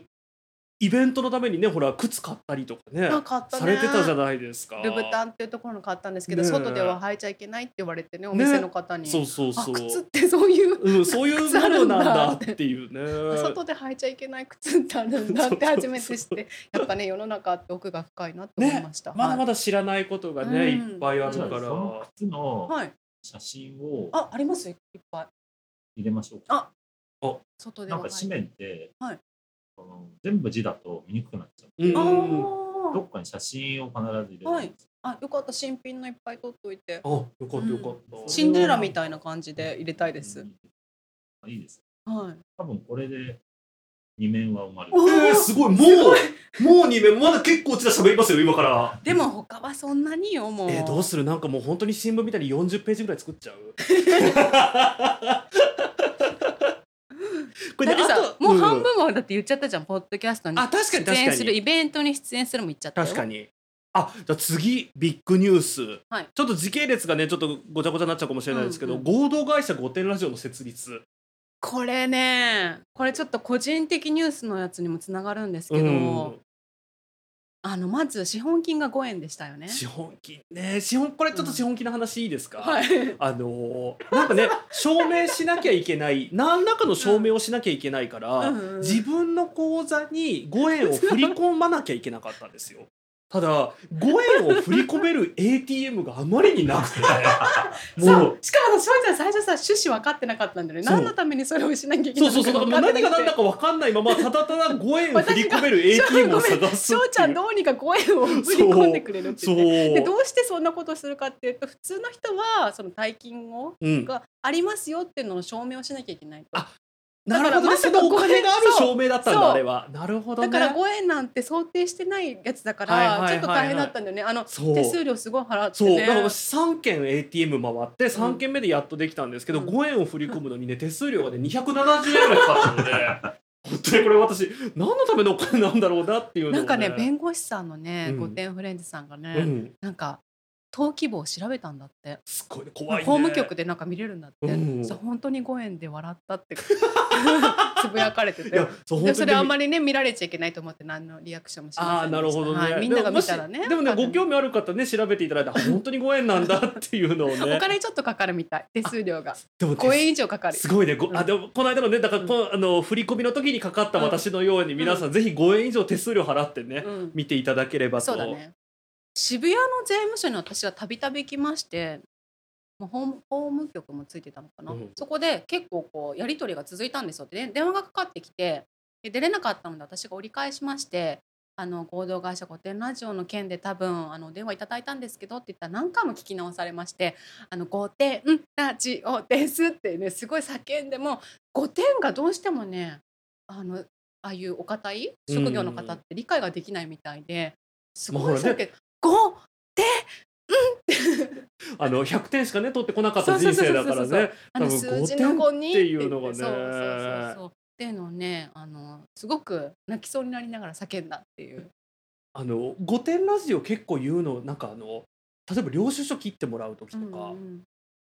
Speaker 2: イベントのためにねほら靴買ったりとかね
Speaker 1: なんかあったね
Speaker 2: されてたじゃないですか
Speaker 1: ルブタンっていうところの買ったんですけど、
Speaker 2: ねえ
Speaker 1: 外では履いちゃいけないって言われてねお店の方に、
Speaker 2: そうそうそう
Speaker 1: あ靴ってそういう
Speaker 2: うん、そういうものなんだっていう
Speaker 1: あ
Speaker 2: ね
Speaker 1: 外で履いちゃいけない靴ってある んだって初めて知ってやっぱね世の中って奥が深いなと思いました、
Speaker 2: まだま
Speaker 1: だ
Speaker 2: だ知らないことがね、
Speaker 1: うん
Speaker 2: いっぱいある
Speaker 3: じゃあ
Speaker 2: から、
Speaker 3: その靴の
Speaker 1: はい
Speaker 3: 写真を
Speaker 1: あありますいっぱい
Speaker 3: 入れましょうか、
Speaker 1: あ外で
Speaker 3: な
Speaker 1: は
Speaker 3: んか紙面って、
Speaker 1: はい
Speaker 3: その全部字だと見にくくなっちゃう、
Speaker 2: うん
Speaker 3: ど
Speaker 1: あ
Speaker 3: っかに写真を必ず入れる、
Speaker 1: はいああよかった新品のいっぱい取っといて
Speaker 2: あよかったよかった、
Speaker 3: うん
Speaker 1: シンデレラみたいな感じで入れたいです、
Speaker 3: あいいです
Speaker 1: はい
Speaker 3: 多分これで二面は生まれ
Speaker 1: お
Speaker 3: る。
Speaker 2: えー、すごいもうもう2面まだ結構ちら喋りますよ今から
Speaker 1: でも他はそんなによもう。
Speaker 2: えー、どうするなんかもう本当に新聞みたいに40ページぐらい作っ ちゃうこね
Speaker 1: だってさ
Speaker 2: あ、と
Speaker 1: もううん半分はだって言っちゃったじゃん、ポッドキャストに
Speaker 2: あ確かに
Speaker 1: 出
Speaker 2: 確
Speaker 1: 演
Speaker 2: か
Speaker 1: する、
Speaker 2: に
Speaker 1: イベントに出演するも言っちゃったよ。
Speaker 2: 確かにあじゃあ次ビッグニュース、
Speaker 1: はい
Speaker 2: ちょっと時系列がねちょっとごちゃごちゃになっちゃうかもしれないですけど、
Speaker 1: うんうん
Speaker 2: 合同会社御殿ラジオの設立
Speaker 1: これね、これちょっと個人的ニュースのやつにもつながるんですけど、
Speaker 2: うん
Speaker 1: あのまず資本金が5円でしたよね。
Speaker 2: 資本金ね資本これちょっと資本金の話いいですか、
Speaker 1: はい。
Speaker 2: あのーなんかね証明しなきゃいけない何らかの証明をしなきゃいけないから、
Speaker 1: うん
Speaker 2: 自分の口座に5円を振り込まなきゃいけなかったんですよ。ただ5円を振り込める ATM があまりになくても
Speaker 1: そう
Speaker 2: う。
Speaker 1: しかもさ、しょうちゃん最初さ、趣旨分かってなかったんだよね。
Speaker 2: そう
Speaker 1: 何のためにそれをしなきゃいけ
Speaker 2: そ
Speaker 1: な
Speaker 2: う
Speaker 1: い
Speaker 2: そう
Speaker 1: の
Speaker 2: そうだ
Speaker 1: か
Speaker 2: から何
Speaker 1: 分かんなく
Speaker 2: が何
Speaker 1: て
Speaker 2: だか分かんないままただただ5円振り込める ATM を探す
Speaker 1: しょうちゃんどうにか5円を振り込んでくれるって
Speaker 2: そ
Speaker 1: 言
Speaker 2: う
Speaker 1: って、でどうしてそんなことするかっていうと普通の人はその大金を
Speaker 2: うん、
Speaker 1: がありますよっていうのを証明をしなきゃいけない
Speaker 2: なるほどね
Speaker 1: ま
Speaker 2: そ
Speaker 1: さか
Speaker 2: のお
Speaker 1: 5
Speaker 2: 金
Speaker 1: 円
Speaker 2: がある
Speaker 1: そう
Speaker 2: 証明だったん
Speaker 1: そう
Speaker 2: だあれはなるほど
Speaker 1: だ
Speaker 2: ね
Speaker 1: から5円なんて想定してないやつだか
Speaker 2: はいはい
Speaker 1: ら
Speaker 2: はいはい
Speaker 1: ちょっと大変だったんだよねあの
Speaker 2: そう
Speaker 1: 手数料すごい払って
Speaker 2: そう、
Speaker 1: ね
Speaker 2: だから3件 ATM 回って3件目でやっとできたんですけど、
Speaker 1: うん
Speaker 2: 5円を振り込むのにね手数料がね270円ぐらいかかっ たので本当にこれ私何のためのお金なんだろうなっていうのを
Speaker 1: なんかね弁護士さんのね
Speaker 2: うん
Speaker 1: 御殿フレンズさんが
Speaker 2: う
Speaker 1: ね
Speaker 2: ん、
Speaker 1: なんか登記簿を調べたんだって
Speaker 2: すごいね怖い
Speaker 1: 法
Speaker 2: ね
Speaker 1: 務局でなんか見れるんだって
Speaker 2: うん
Speaker 1: そう本当に5円で笑ったって つぶやかれて
Speaker 2: い
Speaker 1: て
Speaker 2: やそう本
Speaker 1: でも
Speaker 2: 当
Speaker 1: そ
Speaker 2: に
Speaker 1: れあんまりね見られちゃいけないと思って何のリアクションもしま
Speaker 2: あ
Speaker 1: せ
Speaker 2: あ
Speaker 1: んで
Speaker 2: な
Speaker 1: した
Speaker 2: るほどね、
Speaker 1: はいみんなが見たらね
Speaker 2: でもね
Speaker 1: 多分
Speaker 2: ご興味ある方ね調べていただいたら本当に5円なんだっていう のをね
Speaker 1: お金ちょっとかかるみたい手数料が
Speaker 2: でも手数
Speaker 1: 5円以上かかる
Speaker 2: すごいね、ご
Speaker 1: う
Speaker 2: あ
Speaker 1: ん
Speaker 2: でもこの間のねだからこ、あの振り込みの時にかかった私のように皆さん、ぜひ5円以上手数料払ってね、
Speaker 1: うん
Speaker 2: 見ていただければと
Speaker 1: そうだね渋谷の税務署に私はたびたび行きましてもう法務法務局もついてたのかな、
Speaker 2: うん
Speaker 1: そこで結構こうやり取りが続いたんですよで、ね、電話がかかってきてで出れなかったので私が折り返しましてあの合同会社御殿ラジオの件で多分あのお電話いただいたんですけどって言ったら何回も聞き直されまして「あの御殿ラジオです」ってねすごい叫んでも御殿がどうしてもねあのああいうお堅い職業の方って理解ができないみたいで、すごい
Speaker 2: まあほら
Speaker 1: 叫ご
Speaker 2: あの100点しかね取ってこなかった
Speaker 1: そうそう
Speaker 2: 人
Speaker 1: そう
Speaker 2: 生
Speaker 1: そ
Speaker 2: だ
Speaker 1: う
Speaker 2: からね
Speaker 1: あの
Speaker 2: 多分
Speaker 1: 数字の子に
Speaker 2: 5点っていうのがね
Speaker 1: そうそうそうそうっていうのをねあのすごく泣きそうになりながら叫んだっていう
Speaker 2: あの5点ラジオ結構言うのなんかあの例えば領収書切ってもらう時とか、
Speaker 1: うん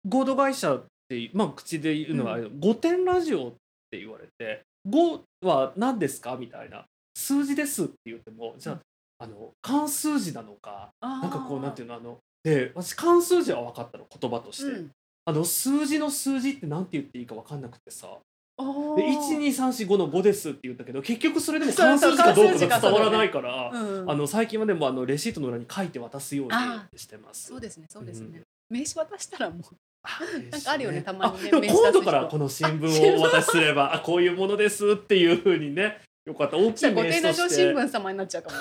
Speaker 2: 合同会社ってまあ口で言うのはあれだけど、5点ラジオって言われて5は何ですかみたいな数字ですって言ってもじゃあ,、あの漢数字なのかなんかこうなんて
Speaker 1: い
Speaker 2: いうのあので私漢数字は分かったの言葉として、
Speaker 1: うん
Speaker 2: あの数字の数字ってなんて言っていいか分かんなくてさ
Speaker 1: あ
Speaker 2: で
Speaker 1: ー
Speaker 2: 12345の5ですって言ったけど結局それでも関数字かどうかが伝わらないから、
Speaker 1: うん
Speaker 2: あの最近はでもあのレシートの裏に書いて渡すよう
Speaker 1: あ
Speaker 2: にしてます。
Speaker 1: そうですねそうですね
Speaker 2: う、
Speaker 1: 名刺渡したらもうなんかあるよねたまにね
Speaker 2: あでも今度か
Speaker 1: 名刺出す
Speaker 2: ら
Speaker 1: 人
Speaker 2: この新聞をお渡しすれ ばあこういうものですっていうふうにねよかった大き
Speaker 1: じゃ
Speaker 2: い
Speaker 1: あ
Speaker 2: 名
Speaker 1: 御
Speaker 2: 刺
Speaker 1: 殿
Speaker 2: と
Speaker 1: ラジオ
Speaker 2: し
Speaker 1: 新
Speaker 2: て
Speaker 1: 聞様になっちゃう かも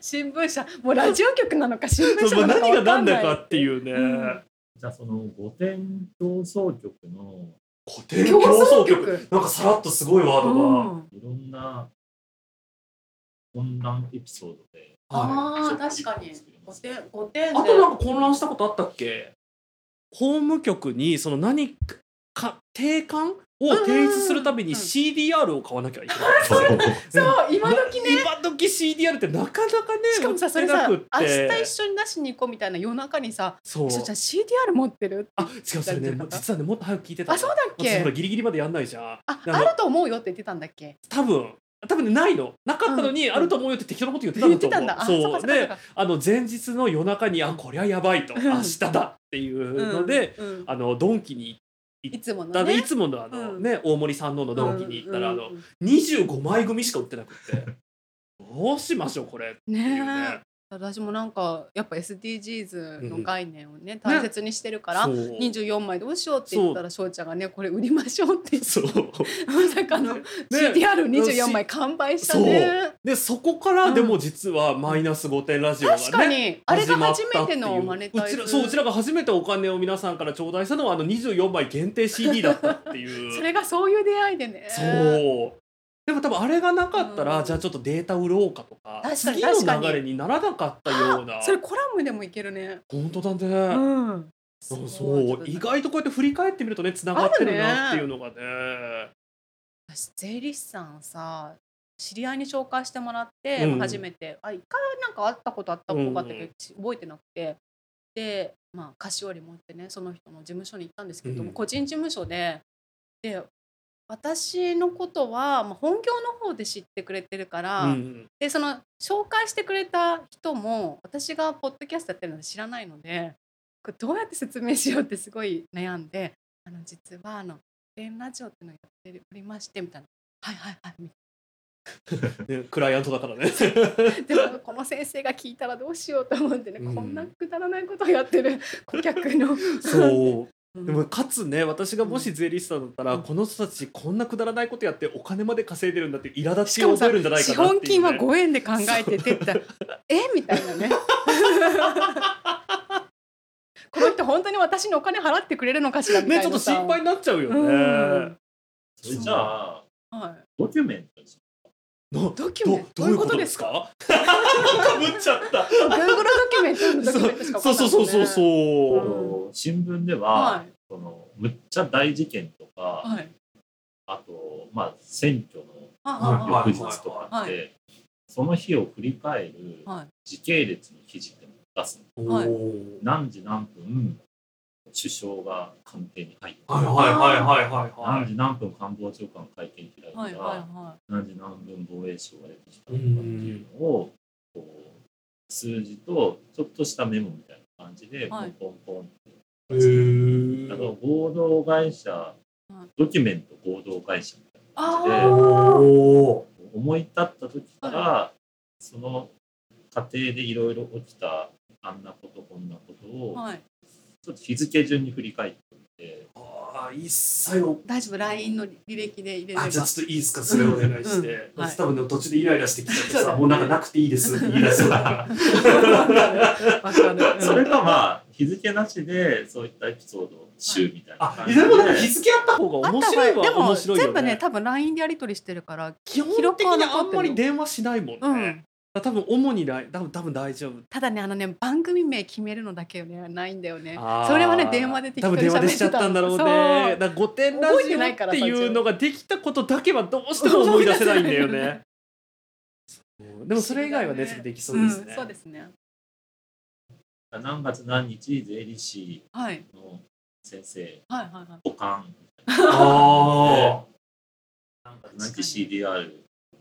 Speaker 1: 新聞社もうラジオ局なのか新聞
Speaker 2: そうまあ
Speaker 1: 社な
Speaker 2: 何
Speaker 1: のか
Speaker 2: が
Speaker 1: 分か
Speaker 2: 何
Speaker 1: んな
Speaker 2: だ
Speaker 1: い
Speaker 2: かっていうね、
Speaker 1: うん
Speaker 3: じゃあその御殿競争局の
Speaker 2: 古典
Speaker 1: 競
Speaker 2: 競
Speaker 1: 争
Speaker 2: 争
Speaker 1: 曲
Speaker 2: 曲なんかさらっとすごいワードが、はい
Speaker 3: ろんな混乱エピソードで
Speaker 2: あ
Speaker 1: ああ確かに五点五点で
Speaker 2: となんか混乱したことあったっけ法務局にその何か定款を提出するため
Speaker 1: うん
Speaker 2: に
Speaker 1: うん
Speaker 2: CDR を買わなきゃいけない、
Speaker 1: そう 今時ね
Speaker 2: 今時 CDR ってなかなかね
Speaker 1: しかもさそれ
Speaker 2: 売
Speaker 1: さ
Speaker 2: っ
Speaker 1: 明
Speaker 2: てなくって
Speaker 1: 日一緒に出しに行こうみたいな夜中にさ
Speaker 2: そ
Speaker 1: 「
Speaker 2: う
Speaker 1: ちょじゃあ CDR 持ってる?」
Speaker 2: あ違うそれねもう実はねもっと早く聞いてた
Speaker 1: あそうだっ
Speaker 2: 私ほら
Speaker 1: け
Speaker 2: ギリギリまでやんないじゃん
Speaker 1: あ
Speaker 2: なんか
Speaker 1: あると思うよって言ってたんだっけ
Speaker 2: 多分多分ねないのなかったのに、
Speaker 1: うん
Speaker 2: あると思うよって適当なこと言ってた
Speaker 1: 言
Speaker 2: ん
Speaker 1: ってたん
Speaker 2: だ
Speaker 1: だあ
Speaker 2: と思う
Speaker 1: そっ
Speaker 2: そ
Speaker 1: かそうっかそ
Speaker 2: で
Speaker 1: っか
Speaker 2: あの前日の夜中にあこりゃやばいと
Speaker 1: ん
Speaker 2: 明日だっていうので、
Speaker 1: うんうん
Speaker 2: あのドンキに
Speaker 1: いつも
Speaker 2: 行った
Speaker 1: の
Speaker 2: ねい
Speaker 1: ね
Speaker 2: つものあの、
Speaker 1: うん
Speaker 2: ね大森山王のドンキに行ったら、
Speaker 1: うん
Speaker 2: あの25枚組しか売ってなくってどうしましょうこれっていう
Speaker 1: ね
Speaker 2: ね
Speaker 1: え私もなんかやっぱ SDGs の概念をね、大切にしてるから、
Speaker 2: そう
Speaker 1: 24枚どうしようって言ったら翔ちゃんがねこれ売りましょうって言って
Speaker 2: そう
Speaker 1: まさかの CTR24 枚完売したね。
Speaker 2: でそこからでも実はマイナス5点ラジオがね、
Speaker 1: 確かにあれが
Speaker 2: 始
Speaker 1: 初
Speaker 2: ま
Speaker 1: め
Speaker 2: ってたってい
Speaker 1: の
Speaker 2: う
Speaker 1: マネタイズ
Speaker 2: うちらそううちらが初めてお金を皆さんから頂戴したのはあの24枚限定 CD だったっていう
Speaker 1: それがそういう出会いでね
Speaker 2: そうでも多分あれがなかったら、
Speaker 1: うん
Speaker 2: じゃあちょっとデータ売ろうかとか
Speaker 1: 確かに
Speaker 2: 次
Speaker 1: 確か
Speaker 2: の
Speaker 1: に
Speaker 2: 流れにならなかったような
Speaker 1: それコラムでもいけるね
Speaker 2: 本当だね、
Speaker 1: うん
Speaker 2: そう意外とこうやって振り返ってみるとねつながってるなっていうのがね
Speaker 1: 私税理士さんさ知り合いに紹介してもらって、
Speaker 2: うん
Speaker 1: 初めてあ一回なんか会ったことあったっぽかったけど、
Speaker 2: うん
Speaker 1: 覚えてなくてでまあ菓子折り持ってねその人の事務所に行ったんですけども、
Speaker 2: うん
Speaker 1: 個人事務所でで私のことは、まあ、本業の方で知ってくれてるから、
Speaker 2: うん
Speaker 1: でその紹介してくれた人も私がポッドキャストやってるの知らないのでこれどうやって説明しようってすごい悩んで「あの実はあの連ラジオっていうのをやっておりまして」みたいな「はいはいはい」み
Speaker 2: ねクライアントだからね
Speaker 1: たいなでもこの先生が聞いたらどうしようと思ってね、
Speaker 2: うん
Speaker 1: こんなくだらないことをやってる顧客の。
Speaker 2: そう
Speaker 1: うん
Speaker 2: でもかつね私がもし税理士さんだったら、
Speaker 1: うん
Speaker 2: この人たちこんなくだらないことやってお金まで稼いでるんだっていう苛立
Speaker 1: し
Speaker 2: ち
Speaker 1: か
Speaker 2: を
Speaker 1: も
Speaker 2: 覚
Speaker 1: さ
Speaker 2: えるんじゃないかなっ
Speaker 1: 資
Speaker 2: ていう、
Speaker 1: 本
Speaker 2: ね、
Speaker 1: 金は5円で考えててって言ったらえみたいなねこの人本当に私にお金払ってくれるのかしらみた
Speaker 2: ね
Speaker 1: いな
Speaker 2: ちょっと
Speaker 1: さ
Speaker 2: 心配になっちゃうよね、
Speaker 1: うん
Speaker 3: それじゃあ
Speaker 1: はい
Speaker 3: ドキュメントにし
Speaker 2: な
Speaker 1: ドキュメン
Speaker 2: ど
Speaker 1: ト
Speaker 2: どういうことですかかぶっちゃった
Speaker 1: そう Google ドキュメントのドキュメントしか。
Speaker 2: そうそうそうそうそうう
Speaker 3: よう新聞では、
Speaker 1: は
Speaker 3: そのむっちゃ大事件とか、
Speaker 1: いはい
Speaker 3: あと、まあ、選挙の
Speaker 1: あ
Speaker 3: 翌日とか
Speaker 1: は
Speaker 3: っ
Speaker 1: いは
Speaker 3: てその日を振り返る
Speaker 1: あはい
Speaker 3: 時系列の記事っていうのを出すの
Speaker 2: お
Speaker 1: はい
Speaker 2: ー
Speaker 3: 何時何分首相が官邸に入って
Speaker 2: はいはいはいはいはい
Speaker 3: 何時何分官房長官会見開いた、
Speaker 1: はいはいは
Speaker 3: 何時何分防衛省が出てきたとかっていうのをこう数字とちょっとしたメモみたいな感じでポ
Speaker 1: はい
Speaker 3: ンポンポンって
Speaker 2: へー
Speaker 3: あの合同会社
Speaker 1: い
Speaker 3: ドキュメント合同会社みたい
Speaker 1: い。あ
Speaker 3: な感
Speaker 1: あ
Speaker 2: お
Speaker 3: じで思い立った時からその過程でいろいろ起きたあんなことこんなこと
Speaker 1: ー。
Speaker 3: を
Speaker 1: はい。
Speaker 3: ちょっと日付順に振り返ってみて
Speaker 2: ーあー一切お
Speaker 1: 大丈夫 LINE の履歴で入れれば。
Speaker 2: あじゃあちょっといいですかそれお願いして、
Speaker 1: うんはい
Speaker 2: 私多分でも途中でイライラしてきちゃって
Speaker 1: そうだ
Speaker 2: さ
Speaker 1: ね
Speaker 2: もうなんかなくていい ですって言い出すから
Speaker 1: わかるうん
Speaker 3: それかまあ日付なしでそういったエピソードを集みたいな
Speaker 2: あ
Speaker 3: 感じ
Speaker 2: でもなんか日付あった方が
Speaker 1: あっ
Speaker 2: 面
Speaker 1: た
Speaker 2: 白い
Speaker 1: で
Speaker 2: は
Speaker 1: も
Speaker 2: 面白いよね
Speaker 1: 全部ね多分 LINE でやり取りしてるから。
Speaker 2: 基本的にあんまり電話しないもんね、
Speaker 1: うん。
Speaker 2: 多分主にライン多分多分大丈夫
Speaker 1: ただねあのね番組名決めるのだけはねないんだよね
Speaker 2: あー。
Speaker 1: それはね電話で適
Speaker 2: 多
Speaker 1: 当に
Speaker 2: 分電話
Speaker 1: 喋
Speaker 2: で
Speaker 1: っ
Speaker 4: しちゃ
Speaker 1: て
Speaker 4: ったたんだろう
Speaker 1: そ
Speaker 4: ね
Speaker 1: う。
Speaker 2: だから5点ラ
Speaker 1: 覚え
Speaker 2: ジ
Speaker 1: てないか
Speaker 2: オっ
Speaker 1: ら
Speaker 2: て いうのができたことだけはどうしても思
Speaker 1: 思
Speaker 2: い
Speaker 1: い
Speaker 2: 出
Speaker 1: 出
Speaker 2: せな
Speaker 1: せないい
Speaker 2: ん
Speaker 1: ん
Speaker 2: だ
Speaker 1: だ
Speaker 2: よ
Speaker 1: よ
Speaker 2: ね
Speaker 1: ね。
Speaker 2: うんでもそれ以外はね、
Speaker 1: 不
Speaker 2: ちょ
Speaker 1: 思
Speaker 2: っと
Speaker 1: 議だね
Speaker 2: できそううで
Speaker 1: ん
Speaker 2: すね。
Speaker 1: そうですね。
Speaker 3: 何月何日税理士
Speaker 1: はい
Speaker 3: の先生
Speaker 1: はいはいはい。
Speaker 3: 保管
Speaker 2: あ
Speaker 3: 何月何日 CDR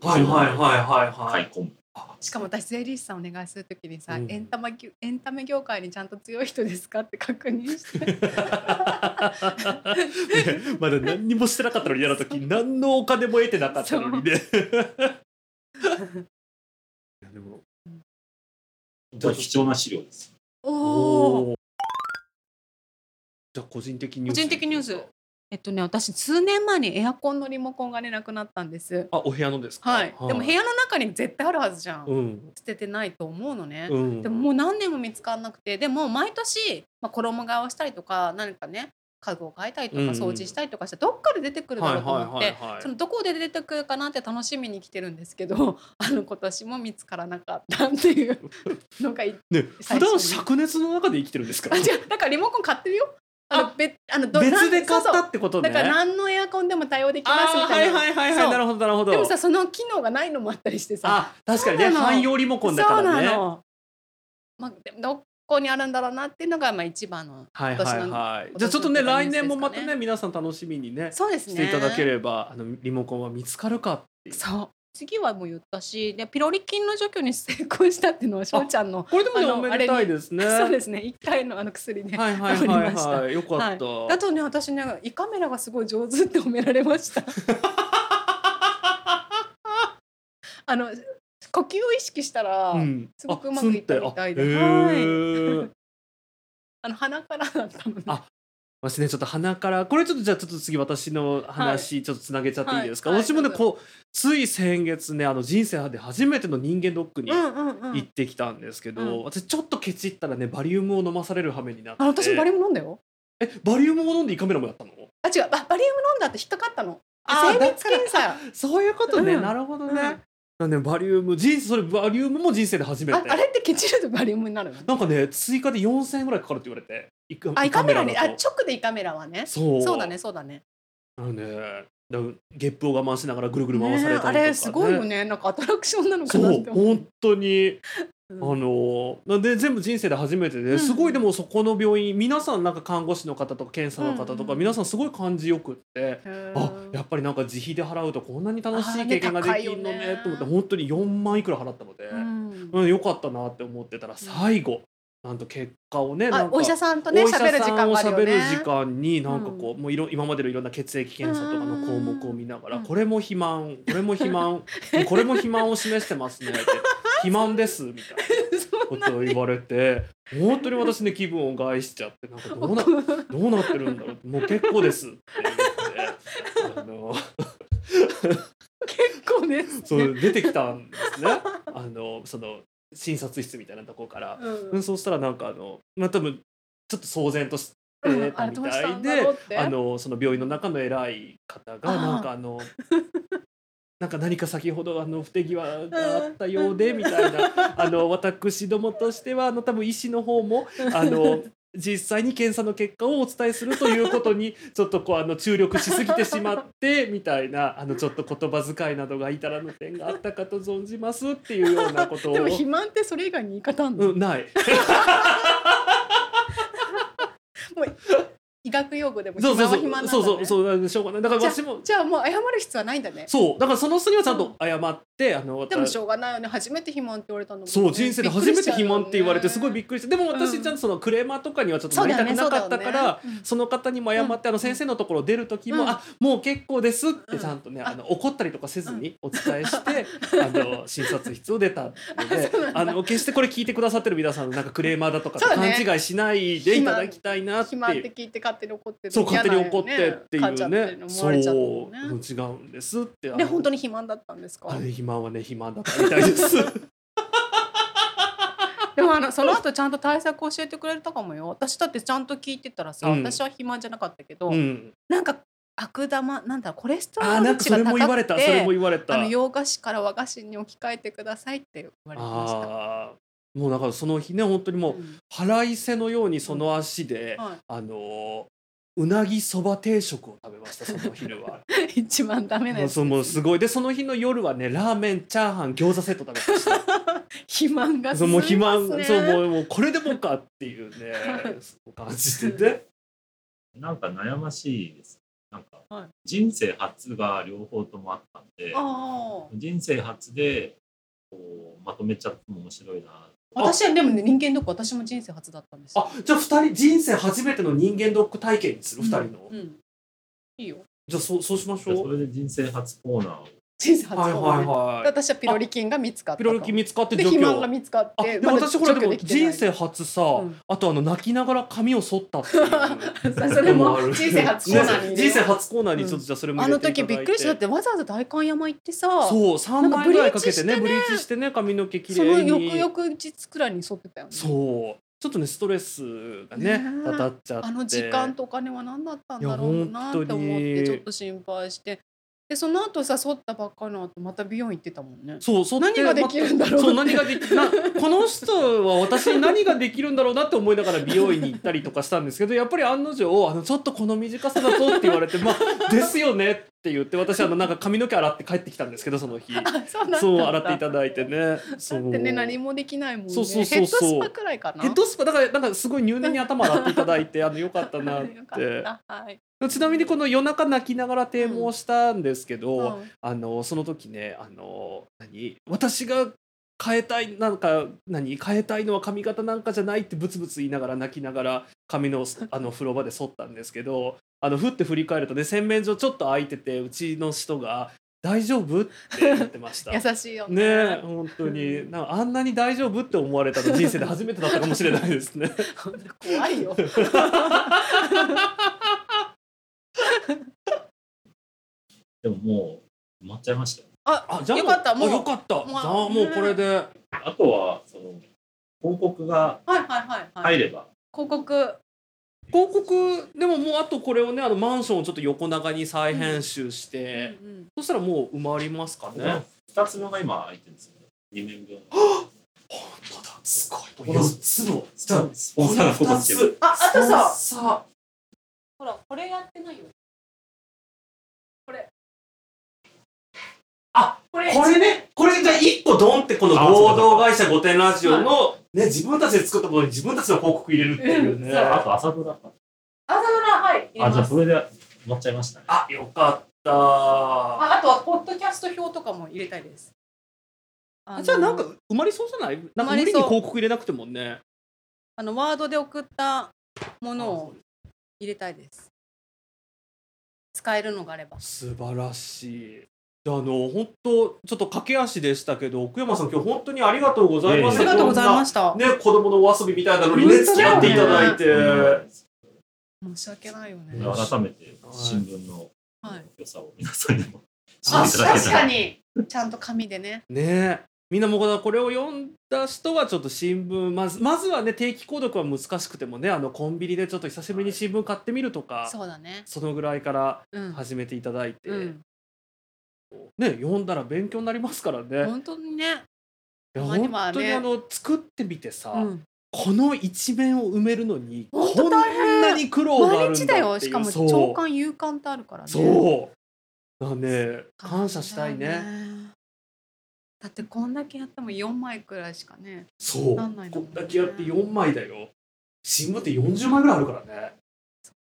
Speaker 2: あ、はいはいはいはいは
Speaker 3: 開
Speaker 2: い。
Speaker 3: 墾
Speaker 1: しかも私税理士さんお願いするときにさ、
Speaker 2: うん
Speaker 1: エンタマぎゅエンタメ業界にちゃんと強い人ですかって確認し て
Speaker 2: ね まだ何にもしてなかったのにやるとき、何のお金も得てなかったのにね。 でも
Speaker 3: これ貴重な資料です
Speaker 1: おお
Speaker 2: ーじゃあ個人的ニュー
Speaker 1: 個
Speaker 2: ス。
Speaker 1: 人的ニュースえっとね私数年前にエアコンのリモコンがねなくなったんです
Speaker 2: あ、お部屋のですか。
Speaker 1: はい、でも部。屋の中に絶対あるはずじゃん、
Speaker 2: うん。
Speaker 1: 捨ててないと思うのね、
Speaker 2: うん。
Speaker 1: でももう何年も見つからなくてでも毎年、まあ、衣替えをしたりとか何かね家具を変えたりとか
Speaker 2: うんうん
Speaker 1: 掃除したりとかして、どっから出てくるだろうと思っ
Speaker 2: はいはい
Speaker 1: て
Speaker 2: はいはい
Speaker 1: そのどこで出てくるかなって楽しみに来てるんですけど あの今年も見つからなかったっていう のがい
Speaker 2: ね、普
Speaker 1: 最初に
Speaker 2: 段灼熱の中で生きてるんですか
Speaker 1: あ違うだからリモコン買ってるよあの別あのど
Speaker 2: 別で買っ
Speaker 1: な
Speaker 2: た
Speaker 1: んそう
Speaker 2: ってこと
Speaker 1: そう
Speaker 2: ね
Speaker 1: だから何のエアコンでも対応できま
Speaker 2: あ
Speaker 1: す
Speaker 2: ー
Speaker 1: み
Speaker 2: は
Speaker 1: た
Speaker 2: い
Speaker 1: いな、
Speaker 2: はいはいはい
Speaker 1: そう
Speaker 2: なるほどなるほど
Speaker 1: でもさその機能がないのもあったりしてさ
Speaker 2: あ確かにね
Speaker 1: そうなの
Speaker 2: 汎用リモコンだからね
Speaker 1: そうなの、まあ、でもどこにあるんだろうなっていうのがまあ一番の
Speaker 2: はいはいはい
Speaker 1: 今年の
Speaker 2: じゃあちょっとね
Speaker 1: 今
Speaker 2: 来
Speaker 1: 年
Speaker 2: 年
Speaker 1: の
Speaker 2: もま
Speaker 1: で
Speaker 2: た
Speaker 1: す
Speaker 2: ね
Speaker 1: かね
Speaker 2: 皆さん楽しみにね
Speaker 1: そうですね
Speaker 2: していただければあのリモコンは見つかるかっていう
Speaker 1: そう次はもう言ったしでピロリ菌の除去に成功したっていうのは翔ちゃんの、
Speaker 2: これでもね
Speaker 1: あの
Speaker 2: おめでたいですね
Speaker 1: そうですね一回のあの薬で、
Speaker 2: はいはい
Speaker 1: わか
Speaker 2: は
Speaker 1: り
Speaker 2: い
Speaker 1: まし
Speaker 2: はいよかった、
Speaker 1: あとね私ね胃カメラがすごい上手っ て褒められましたあの呼吸を意識したら、
Speaker 2: ん
Speaker 1: すごくうまくいったみたいで
Speaker 2: あすんってあ
Speaker 1: はい
Speaker 2: へー
Speaker 1: あの鼻からだったので
Speaker 2: あ私ねちょっと鼻からこれちょっとじゃあちょっと次私の話、ちょっとつなげちゃっていいですか、
Speaker 1: はいはい
Speaker 2: 私もね
Speaker 1: どう
Speaker 2: こうつい先月ねあの人生で初めての人間ドックに
Speaker 1: うんうんう
Speaker 2: 行っ
Speaker 1: ん
Speaker 2: てきたんですけど、
Speaker 1: うん
Speaker 2: 私ちょっとケチったらねバリウムを飲まされる羽目になって
Speaker 1: あ私もバリウム飲んだよ
Speaker 2: えバリウムを飲んで胃カメラもやったの
Speaker 1: あ違うババリウム飲んだって引っかかったの
Speaker 2: あー
Speaker 1: 精密検査
Speaker 2: そういうことね、
Speaker 1: うん
Speaker 2: なるほど
Speaker 1: うん
Speaker 2: ね、なんでバリウム人生それバリウムも人生で初め
Speaker 1: あ
Speaker 2: て
Speaker 1: あれってケチるとバリウムになるの
Speaker 2: なんかね追加で4000円ぐらいかかるって言われて胃カ
Speaker 1: あ胃カメラ
Speaker 2: だ
Speaker 1: ね
Speaker 2: と
Speaker 1: あ直で胃カメラはね
Speaker 2: そう
Speaker 1: そうだねそうだね
Speaker 2: なのでだからゲップを我慢しながらぐるぐる回されたりとか、
Speaker 1: ねあれすごいよねなんかアトラクションなのか
Speaker 2: そ
Speaker 1: なっ
Speaker 2: う
Speaker 1: て思
Speaker 2: 本当に
Speaker 1: う
Speaker 2: あ
Speaker 1: ん
Speaker 2: のーなんで全部人生で初めてで、
Speaker 1: うん
Speaker 2: すごいでもそこの病院皆さんなんか看護師の方とか検査の方とか、
Speaker 1: うん
Speaker 2: 皆さんすごい感じよくって、
Speaker 1: へー
Speaker 2: あやっぱりなんか自費で払うとこんなに楽し
Speaker 1: あー
Speaker 2: い
Speaker 1: ね
Speaker 2: 経験ができるのね
Speaker 1: 高いよね
Speaker 2: と思って本当に4万いくら払ったので、
Speaker 1: うん
Speaker 2: うんよかったなって思ってたら最後、なんと結果をねな
Speaker 1: あ
Speaker 2: んか
Speaker 1: お医者さんとね
Speaker 2: お医者
Speaker 1: 喋る時
Speaker 2: さん
Speaker 1: 間
Speaker 2: を
Speaker 1: があるよ
Speaker 2: 喋
Speaker 1: ね
Speaker 2: る時間になんかこう、もういろ今までのいろんな血液検査とかの項目を見ながら、
Speaker 1: うん
Speaker 2: これも肥満これも肥 満これも肥満を示してますねって肥満ですみたいな
Speaker 1: そん
Speaker 2: ことを言われて本当に私ね気分を害しちゃってなんかどう などうなってるんだろうもう結構ですって言ってあの
Speaker 1: 結構 ね
Speaker 2: そう出てきたんですねあのその診察室みたいなとこから。
Speaker 1: う
Speaker 2: うんん、そうしたらなんかあの、まあ、多分ちょっと騒然としてた
Speaker 1: う
Speaker 2: み
Speaker 1: んあれどうした
Speaker 2: い
Speaker 1: ん
Speaker 2: で、
Speaker 1: だろうって
Speaker 2: あのその病院の中の偉い方が
Speaker 1: あー
Speaker 2: なんかあのなんか何か先ほどあの不手際があったようでみたいなあの私どもとしてはあの多分医師の方もあの実際に検査の結果をお伝えするということにちょっとこうあの注力しすぎてしまってみたいなあのちょっと言葉遣いなどが至らぬ点があったかと存じますっていうようなことを
Speaker 1: でも肥満ってそれ以外に言い方あんの、
Speaker 2: うん、ない。
Speaker 1: 医学用語でも
Speaker 2: そう
Speaker 1: 肥
Speaker 2: そう
Speaker 1: 満は
Speaker 2: そうそうそ
Speaker 1: 肥満なんだ、ね、
Speaker 2: うそうなんでしょうがないだから
Speaker 1: じゃ
Speaker 2: 私も
Speaker 1: じゃあもう謝る必要はないんだね
Speaker 2: そうだからその人にはちゃんと謝ってあの私
Speaker 1: でもしょうがないよね初めて肥満って言われたんだもんね
Speaker 2: そう人生で初めて肥満って言われてすごいび
Speaker 1: っ
Speaker 2: っくりしてでも
Speaker 1: う
Speaker 2: 私
Speaker 1: ん
Speaker 2: ちゃんとそのクレーマーとかにはちょっとな
Speaker 1: そう
Speaker 2: り
Speaker 1: だ
Speaker 2: たく
Speaker 1: よね
Speaker 2: なかったか
Speaker 1: そうだ
Speaker 2: ら
Speaker 1: よねうん
Speaker 2: その方にも謝ってあの先生のところ出る時
Speaker 1: う
Speaker 2: も
Speaker 1: ん
Speaker 2: あもう結構ですって
Speaker 1: うん
Speaker 2: ちゃんとねあの怒ったりとかせずにお伝え してあの診察室を出たので
Speaker 1: そうなんだ
Speaker 2: あの決してこれ聞いてくださってる皆さんのなんかクレーマーだとかと
Speaker 1: そう
Speaker 2: 勘
Speaker 1: ね
Speaker 2: 違いしないでいただきたいなって
Speaker 1: 肥
Speaker 2: いう
Speaker 1: 満って聞いて勝手に怒ってる
Speaker 2: そう勝手に怒ってっていう
Speaker 1: 母ちゃん
Speaker 2: ね
Speaker 1: 思
Speaker 2: そ
Speaker 1: わ
Speaker 2: う
Speaker 1: れちゃったもんね
Speaker 2: うん違うんですってあ
Speaker 1: で
Speaker 2: の
Speaker 1: 本当に肥満だったんです
Speaker 2: あ
Speaker 1: か
Speaker 2: れ肥満はね肥満だったみたいです
Speaker 1: でもあのその後ちゃんと対策教えてくれたかもよ私だってちゃんと聞いてたらさ、
Speaker 2: うん
Speaker 1: 私は肥満じゃなかったけど、
Speaker 2: うん
Speaker 1: なんか悪玉なんだろうコレステロ
Speaker 2: あー
Speaker 1: ー
Speaker 2: な
Speaker 1: ル
Speaker 2: んか
Speaker 1: 値
Speaker 2: そ
Speaker 1: が
Speaker 2: れ
Speaker 1: 高
Speaker 2: も言われた
Speaker 1: く
Speaker 2: それも
Speaker 1: て
Speaker 2: 言われた
Speaker 1: あの洋菓子から和菓子に置き換えてくださいって言われてました
Speaker 2: あーもうだからその日ね本当にもう
Speaker 1: うん
Speaker 2: 腹いせのようにその足で、
Speaker 1: は
Speaker 2: あのーうなぎそば定食を食べましたその昼 は
Speaker 1: い、一番ダメな
Speaker 2: も
Speaker 1: や
Speaker 2: う
Speaker 1: つ
Speaker 2: そうもうすごいでその日の夜はねラーメンチャーハン餃子セット食べました
Speaker 1: 肥満が
Speaker 2: そう
Speaker 1: 進み
Speaker 2: もう
Speaker 1: ます
Speaker 2: 肥
Speaker 1: ね
Speaker 2: 満そうもうもうこれでもかっていうね 感じでね
Speaker 3: なんか悩ましいです。なんか
Speaker 1: はい
Speaker 3: 人生初が両方ともあったんで、
Speaker 1: ああ
Speaker 3: 人生初でこうまとめちゃっても面白いな。
Speaker 1: 私はでもね人間ドック私も人生初だったんですよ
Speaker 2: あじゃあ2人人生初めての人間ドック体験にする、二2人の、
Speaker 1: うんいいよ
Speaker 2: じゃあそうそうしまし
Speaker 3: じゃあそ
Speaker 2: ょう
Speaker 3: れで人生初コーナーを
Speaker 1: 人生初
Speaker 2: はいはいはい
Speaker 1: 私はピロリ菌が見つかった
Speaker 2: ピロリ菌見つかって
Speaker 1: で
Speaker 2: 除
Speaker 1: 肥
Speaker 2: 去
Speaker 1: 満が見つかっ
Speaker 2: あで
Speaker 1: て
Speaker 2: も
Speaker 1: まだ
Speaker 2: 私ほら
Speaker 1: 除
Speaker 2: で
Speaker 1: 去
Speaker 2: も
Speaker 1: できてな
Speaker 2: 人生
Speaker 1: い
Speaker 2: 初さ、
Speaker 1: うん
Speaker 2: あとあの泣きながら髪を剃ったっていう
Speaker 1: さ それも人生初コーナーに入れよう
Speaker 2: 人生初コーナーにちょっとじゃあそれも
Speaker 1: あ
Speaker 2: 入れ
Speaker 1: の
Speaker 2: ていただいて、
Speaker 1: 時びっくりしただってわざわざ代官山行ってさ
Speaker 2: そう3
Speaker 1: なん
Speaker 2: 枚
Speaker 1: か
Speaker 2: ぐ
Speaker 1: ブリ
Speaker 2: らい
Speaker 1: ー
Speaker 2: か
Speaker 1: チ
Speaker 2: け
Speaker 1: してて
Speaker 2: ね
Speaker 1: ね
Speaker 2: ブリーチしてね髪の毛き
Speaker 1: その
Speaker 2: れい
Speaker 1: 翌
Speaker 2: に
Speaker 1: 々日くらいに剃ってたよね
Speaker 2: そうちょっとねストレスがね
Speaker 1: ねえ
Speaker 2: たたっちゃって
Speaker 1: あの時間とお金は何だったんだろうなって思っ
Speaker 2: いや本当に
Speaker 1: てちょっと心配してでその後さ剃ったばっかりの後また美容院行ってたもんね
Speaker 2: そうそう
Speaker 1: 何ができるんだろうって
Speaker 2: そう何ができなこの人は私に何ができるんだろうなって思いながら美容院に行ったりとかしたんですけどやっぱり案の定あのちょっとこの短さだとって言われてまあ ですよねって言って私あのなんか髪の毛洗って帰ってきたんですけどその 日
Speaker 1: あそうなんだ
Speaker 2: そう洗っていただいてねそ
Speaker 1: だ
Speaker 2: う
Speaker 1: ってね何もできないもんね
Speaker 2: そうそう
Speaker 1: ヘ
Speaker 2: そう
Speaker 1: ッド
Speaker 2: そう
Speaker 1: スパくらいかな
Speaker 2: ヘッドスパだからなんかすごい入念に頭洗っていただいてあのよかった なっ
Speaker 1: よか
Speaker 2: て
Speaker 1: ったはい
Speaker 2: ちなみにこの夜中泣きながら堤防したんですけど、
Speaker 1: うん
Speaker 2: あのその時ねあの何私が変えたいなんか何変えたいのは髪型なんかじゃないってブツブツ言いながら泣きながら髪 のあの風呂場で剃ったんですけどあのふって振り返るとね洗面所ちょっと空いててうちの人が大丈夫って言ってました。
Speaker 1: 優 しいよ
Speaker 2: ねえ本当になんかあんなに大丈夫って思われたの人生で初めてだったかもしれないです ね。
Speaker 1: 怖いよ。
Speaker 3: でももう埋まっちゃいましたよ
Speaker 2: あじゃあ
Speaker 1: よかったもう
Speaker 2: あよかった。
Speaker 1: う
Speaker 2: じゃあもうこれで
Speaker 3: あとはその広告が
Speaker 1: はいはいはいはい。
Speaker 3: 入れば、
Speaker 1: 広告
Speaker 2: 広告でももうあとこれをねあのマンションをちょっと横長に再編集して、
Speaker 1: うんうん
Speaker 2: そしたらもう埋まりますかね。
Speaker 3: 2つ目が今空いてるんですよね2年分
Speaker 2: 本当だすごい。
Speaker 3: この
Speaker 2: つの
Speaker 3: スポンサーのことしてる
Speaker 1: ああとさ
Speaker 2: さ
Speaker 1: ほらこれやってないよ。これ。
Speaker 2: あ
Speaker 1: これ
Speaker 2: これねこれが一個ドンってこの
Speaker 3: あそう
Speaker 2: 合
Speaker 3: だ
Speaker 2: 同会社御殿ラジオのね自分たちで作ったものに自分たちの広告入れるっていうね。
Speaker 3: あと朝ドラか
Speaker 1: 朝ドラはい入れ
Speaker 3: あじゃ
Speaker 1: ま
Speaker 3: あ
Speaker 1: す。
Speaker 3: それで埋まっちゃいましたね
Speaker 2: あよかった。
Speaker 1: ああとはポッドキャスト表とかも入れたいです。あ
Speaker 2: あ
Speaker 1: の
Speaker 2: じゃあなんか埋まりそうじゃないなんか無
Speaker 1: 埋まり
Speaker 2: 理
Speaker 1: そ
Speaker 2: に
Speaker 1: う
Speaker 2: 広告入れなくてもね。
Speaker 1: あのワードで送ったものを入れたいです。使えるのがあれば。
Speaker 2: 素晴らしい。じゃああの本当ちょっと駆け足でしたけど奥山さん今日本当にありがとうございま
Speaker 3: い
Speaker 2: し
Speaker 3: え
Speaker 1: あ
Speaker 2: た。
Speaker 1: りがとうございました。
Speaker 2: ね子供のお遊びみたいなのにね
Speaker 1: 本当
Speaker 2: 付
Speaker 1: だ
Speaker 2: き合
Speaker 1: よ
Speaker 2: って
Speaker 1: ね
Speaker 2: いただいて。
Speaker 1: 申し訳ないよね。
Speaker 3: うん改めて新聞の
Speaker 1: はい。
Speaker 3: 良さを皆さんにも知
Speaker 2: あ
Speaker 3: っていただけ
Speaker 1: 確
Speaker 3: た
Speaker 1: からに。ちゃんと紙でね。
Speaker 2: ねみんなもこのこれを読んだ人はちょっと新聞まずまずはね定期購読は難しくてもねあのコンビニでちょっと久しぶりに新聞買ってみるとか
Speaker 1: そうだね。
Speaker 2: そのぐらいから
Speaker 1: うん。
Speaker 2: 始めていただいて、
Speaker 1: うん。
Speaker 2: ね読んだら勉強になりますからね。
Speaker 1: 本当にね。
Speaker 2: いや
Speaker 1: まあ今は
Speaker 2: 本当に
Speaker 1: ね
Speaker 2: あの作ってみてさ、
Speaker 1: うん。
Speaker 2: この一面を埋めるのにこ
Speaker 1: 本当
Speaker 2: ん
Speaker 1: 大変
Speaker 2: なに苦労がある
Speaker 1: 毎
Speaker 2: んだってい
Speaker 1: 日
Speaker 2: う
Speaker 1: だよ。しかも
Speaker 2: そう
Speaker 1: 長官有刊ってあるからね。
Speaker 2: そうだからね感謝したいね
Speaker 1: だよねだってこんだけやっても四枚くらいしかね。
Speaker 2: そう
Speaker 1: なんないの
Speaker 2: こんだけやって4枚だよ新聞って40枚ぐらいあるからね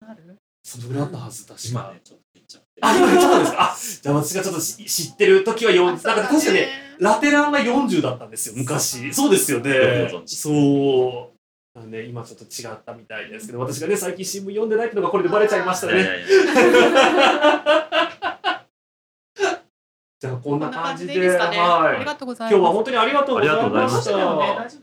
Speaker 1: ある。
Speaker 2: そのぐらいあったはずだし
Speaker 3: 今ねちょっと言っちゃって
Speaker 2: あ今言っちゃったんですかあじゃあ私がちょっとし知ってる時は4なんか
Speaker 1: あ
Speaker 2: 確かね。ラテランが40だったんですよ昔そうですよね
Speaker 3: ご存知
Speaker 2: そうなんで今ちょっと違ったみたいですけど私がね最近新聞読んでないっていうのがこれでバレちゃいました
Speaker 3: いやい
Speaker 2: ね
Speaker 3: やいや
Speaker 2: じゃあこん
Speaker 1: こ
Speaker 2: なん
Speaker 1: な感
Speaker 2: 感
Speaker 1: じ
Speaker 2: じ
Speaker 1: で
Speaker 2: で
Speaker 1: いいですかね。
Speaker 2: は
Speaker 1: あ
Speaker 2: い
Speaker 1: りがとうござい
Speaker 2: 今日
Speaker 1: ます。
Speaker 2: は本当にありがとうございまし。
Speaker 3: ありがとうございまし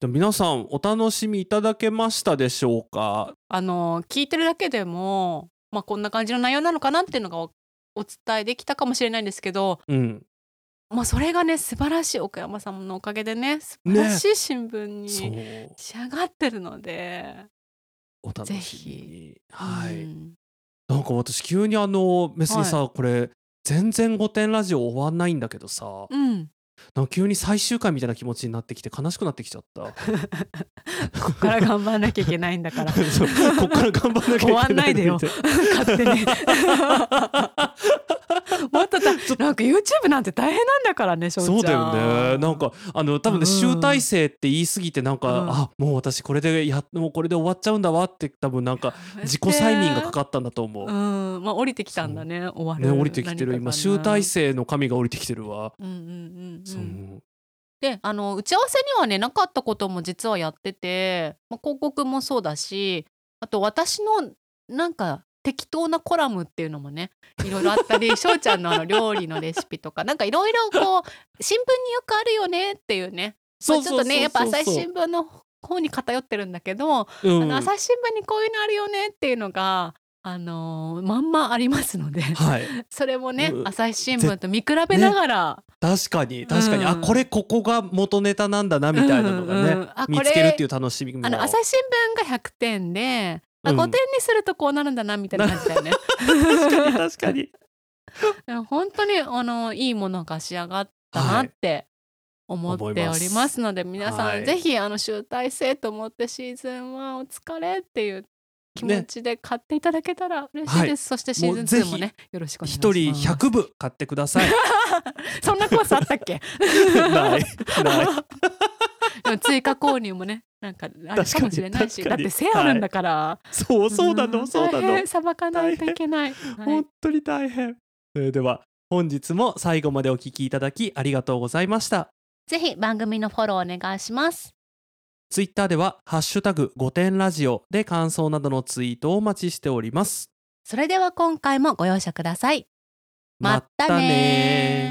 Speaker 3: た
Speaker 2: 皆さんお楽しみいただけましたでしょうか
Speaker 5: あの聞いてるだけでも、まあ、こんな感じの内容なのかなっていうのがおお伝えできたかもしれないんですけど、
Speaker 2: うん
Speaker 5: まあ、それがね素晴らしい奥山さんのおかげでね素晴らしい新聞に
Speaker 2: そう
Speaker 5: 仕上がってるので、
Speaker 2: お楽
Speaker 5: ぜ
Speaker 2: しみに
Speaker 5: ひ
Speaker 2: はい、
Speaker 5: うん
Speaker 2: なんか私急にあの別にさ、これ全然御殿ラジオ終わんないんだけどさ
Speaker 5: うん、
Speaker 2: なんか急に最終回みたいな気持ちになってきて悲しくなってきちゃった
Speaker 5: こっから頑張らなきゃいけないんだ から
Speaker 2: そうこっから頑張んなきゃいけない
Speaker 5: 終わんないでよ
Speaker 2: みたいな
Speaker 5: 勝手に もっとたなんか YouTube なんて大変なんだからねしょ
Speaker 2: そうう
Speaker 5: ち
Speaker 2: だ
Speaker 5: ゃん
Speaker 2: よねなんかあの多分ね、
Speaker 5: うん
Speaker 2: 集大成って言い過ぎてなんか、
Speaker 5: うん
Speaker 2: あもう私これでやもうこれで終わっちゃうんだわって多分なんか自己催眠がか
Speaker 5: か
Speaker 2: かったんだと思う。
Speaker 5: うんまあ降りてきたんだね終わ
Speaker 2: ね、
Speaker 5: る
Speaker 2: 降りてきてる
Speaker 5: 何かが
Speaker 2: 今
Speaker 5: ね
Speaker 2: 集大成の神が降りてきてるわ。
Speaker 5: うんうんうんう
Speaker 2: そうん
Speaker 5: であの打ち合わせにはねなかったことも実はやってて、まあ、広告もそうだしあと私のなんか適当なコラムっていうのもねいろいろあった り翔ちゃんのあの料理のレシピとかなんかいろいろこう新聞によくあるよねっていうねまあちょっとねやっぱ朝日新聞の方に偏ってるんだけど、
Speaker 2: 聞
Speaker 5: あの朝日新聞にこういうのあるよねっていうのが。あのーまんまありますので
Speaker 2: はい
Speaker 5: それもね
Speaker 2: うん
Speaker 5: 朝日新聞と見比べながら、
Speaker 2: 確かに確かに、
Speaker 5: うん
Speaker 2: あこれここが元ネタなんだなみたいなのがね、
Speaker 5: うんうんあこれ
Speaker 2: 見つけるっていう楽しみも
Speaker 5: あの朝日新聞が100点で、あ
Speaker 2: うん
Speaker 5: 5点にするとこうなるんだなみたいな感じだ よね。
Speaker 2: 確かに
Speaker 5: 本当にあのいいものが仕上がったなって思っておりますので、皆さん、
Speaker 2: はい
Speaker 5: ぜひあの集大成と思ってシーズン1お疲れっていう気持ちで買っていただけたら嬉しいです。そしてシーズン2も
Speaker 2: もう
Speaker 5: ねよろしくお願いします。
Speaker 2: 一人100部買ってくだ さい
Speaker 5: そんなコースあったっけ？
Speaker 2: ない ない
Speaker 5: でも追加購入もねなんかあるかもしれないし、
Speaker 2: 確
Speaker 5: だ
Speaker 2: か
Speaker 5: っ
Speaker 2: に
Speaker 5: て背あるんだから。
Speaker 2: そうそうなの
Speaker 5: ん
Speaker 2: そうな
Speaker 5: 大
Speaker 2: の
Speaker 5: 変さばかないといけない。はい
Speaker 2: 本当に大変それでは本日も最後までお聞きいただきありがとうございました
Speaker 5: ぜひ番組のフォローお願いします。
Speaker 2: ツイッターではハッシュタグ5点ラジオで感想などのツイートをお待ちしております
Speaker 5: それでは今回もご容赦ください。
Speaker 2: まったねー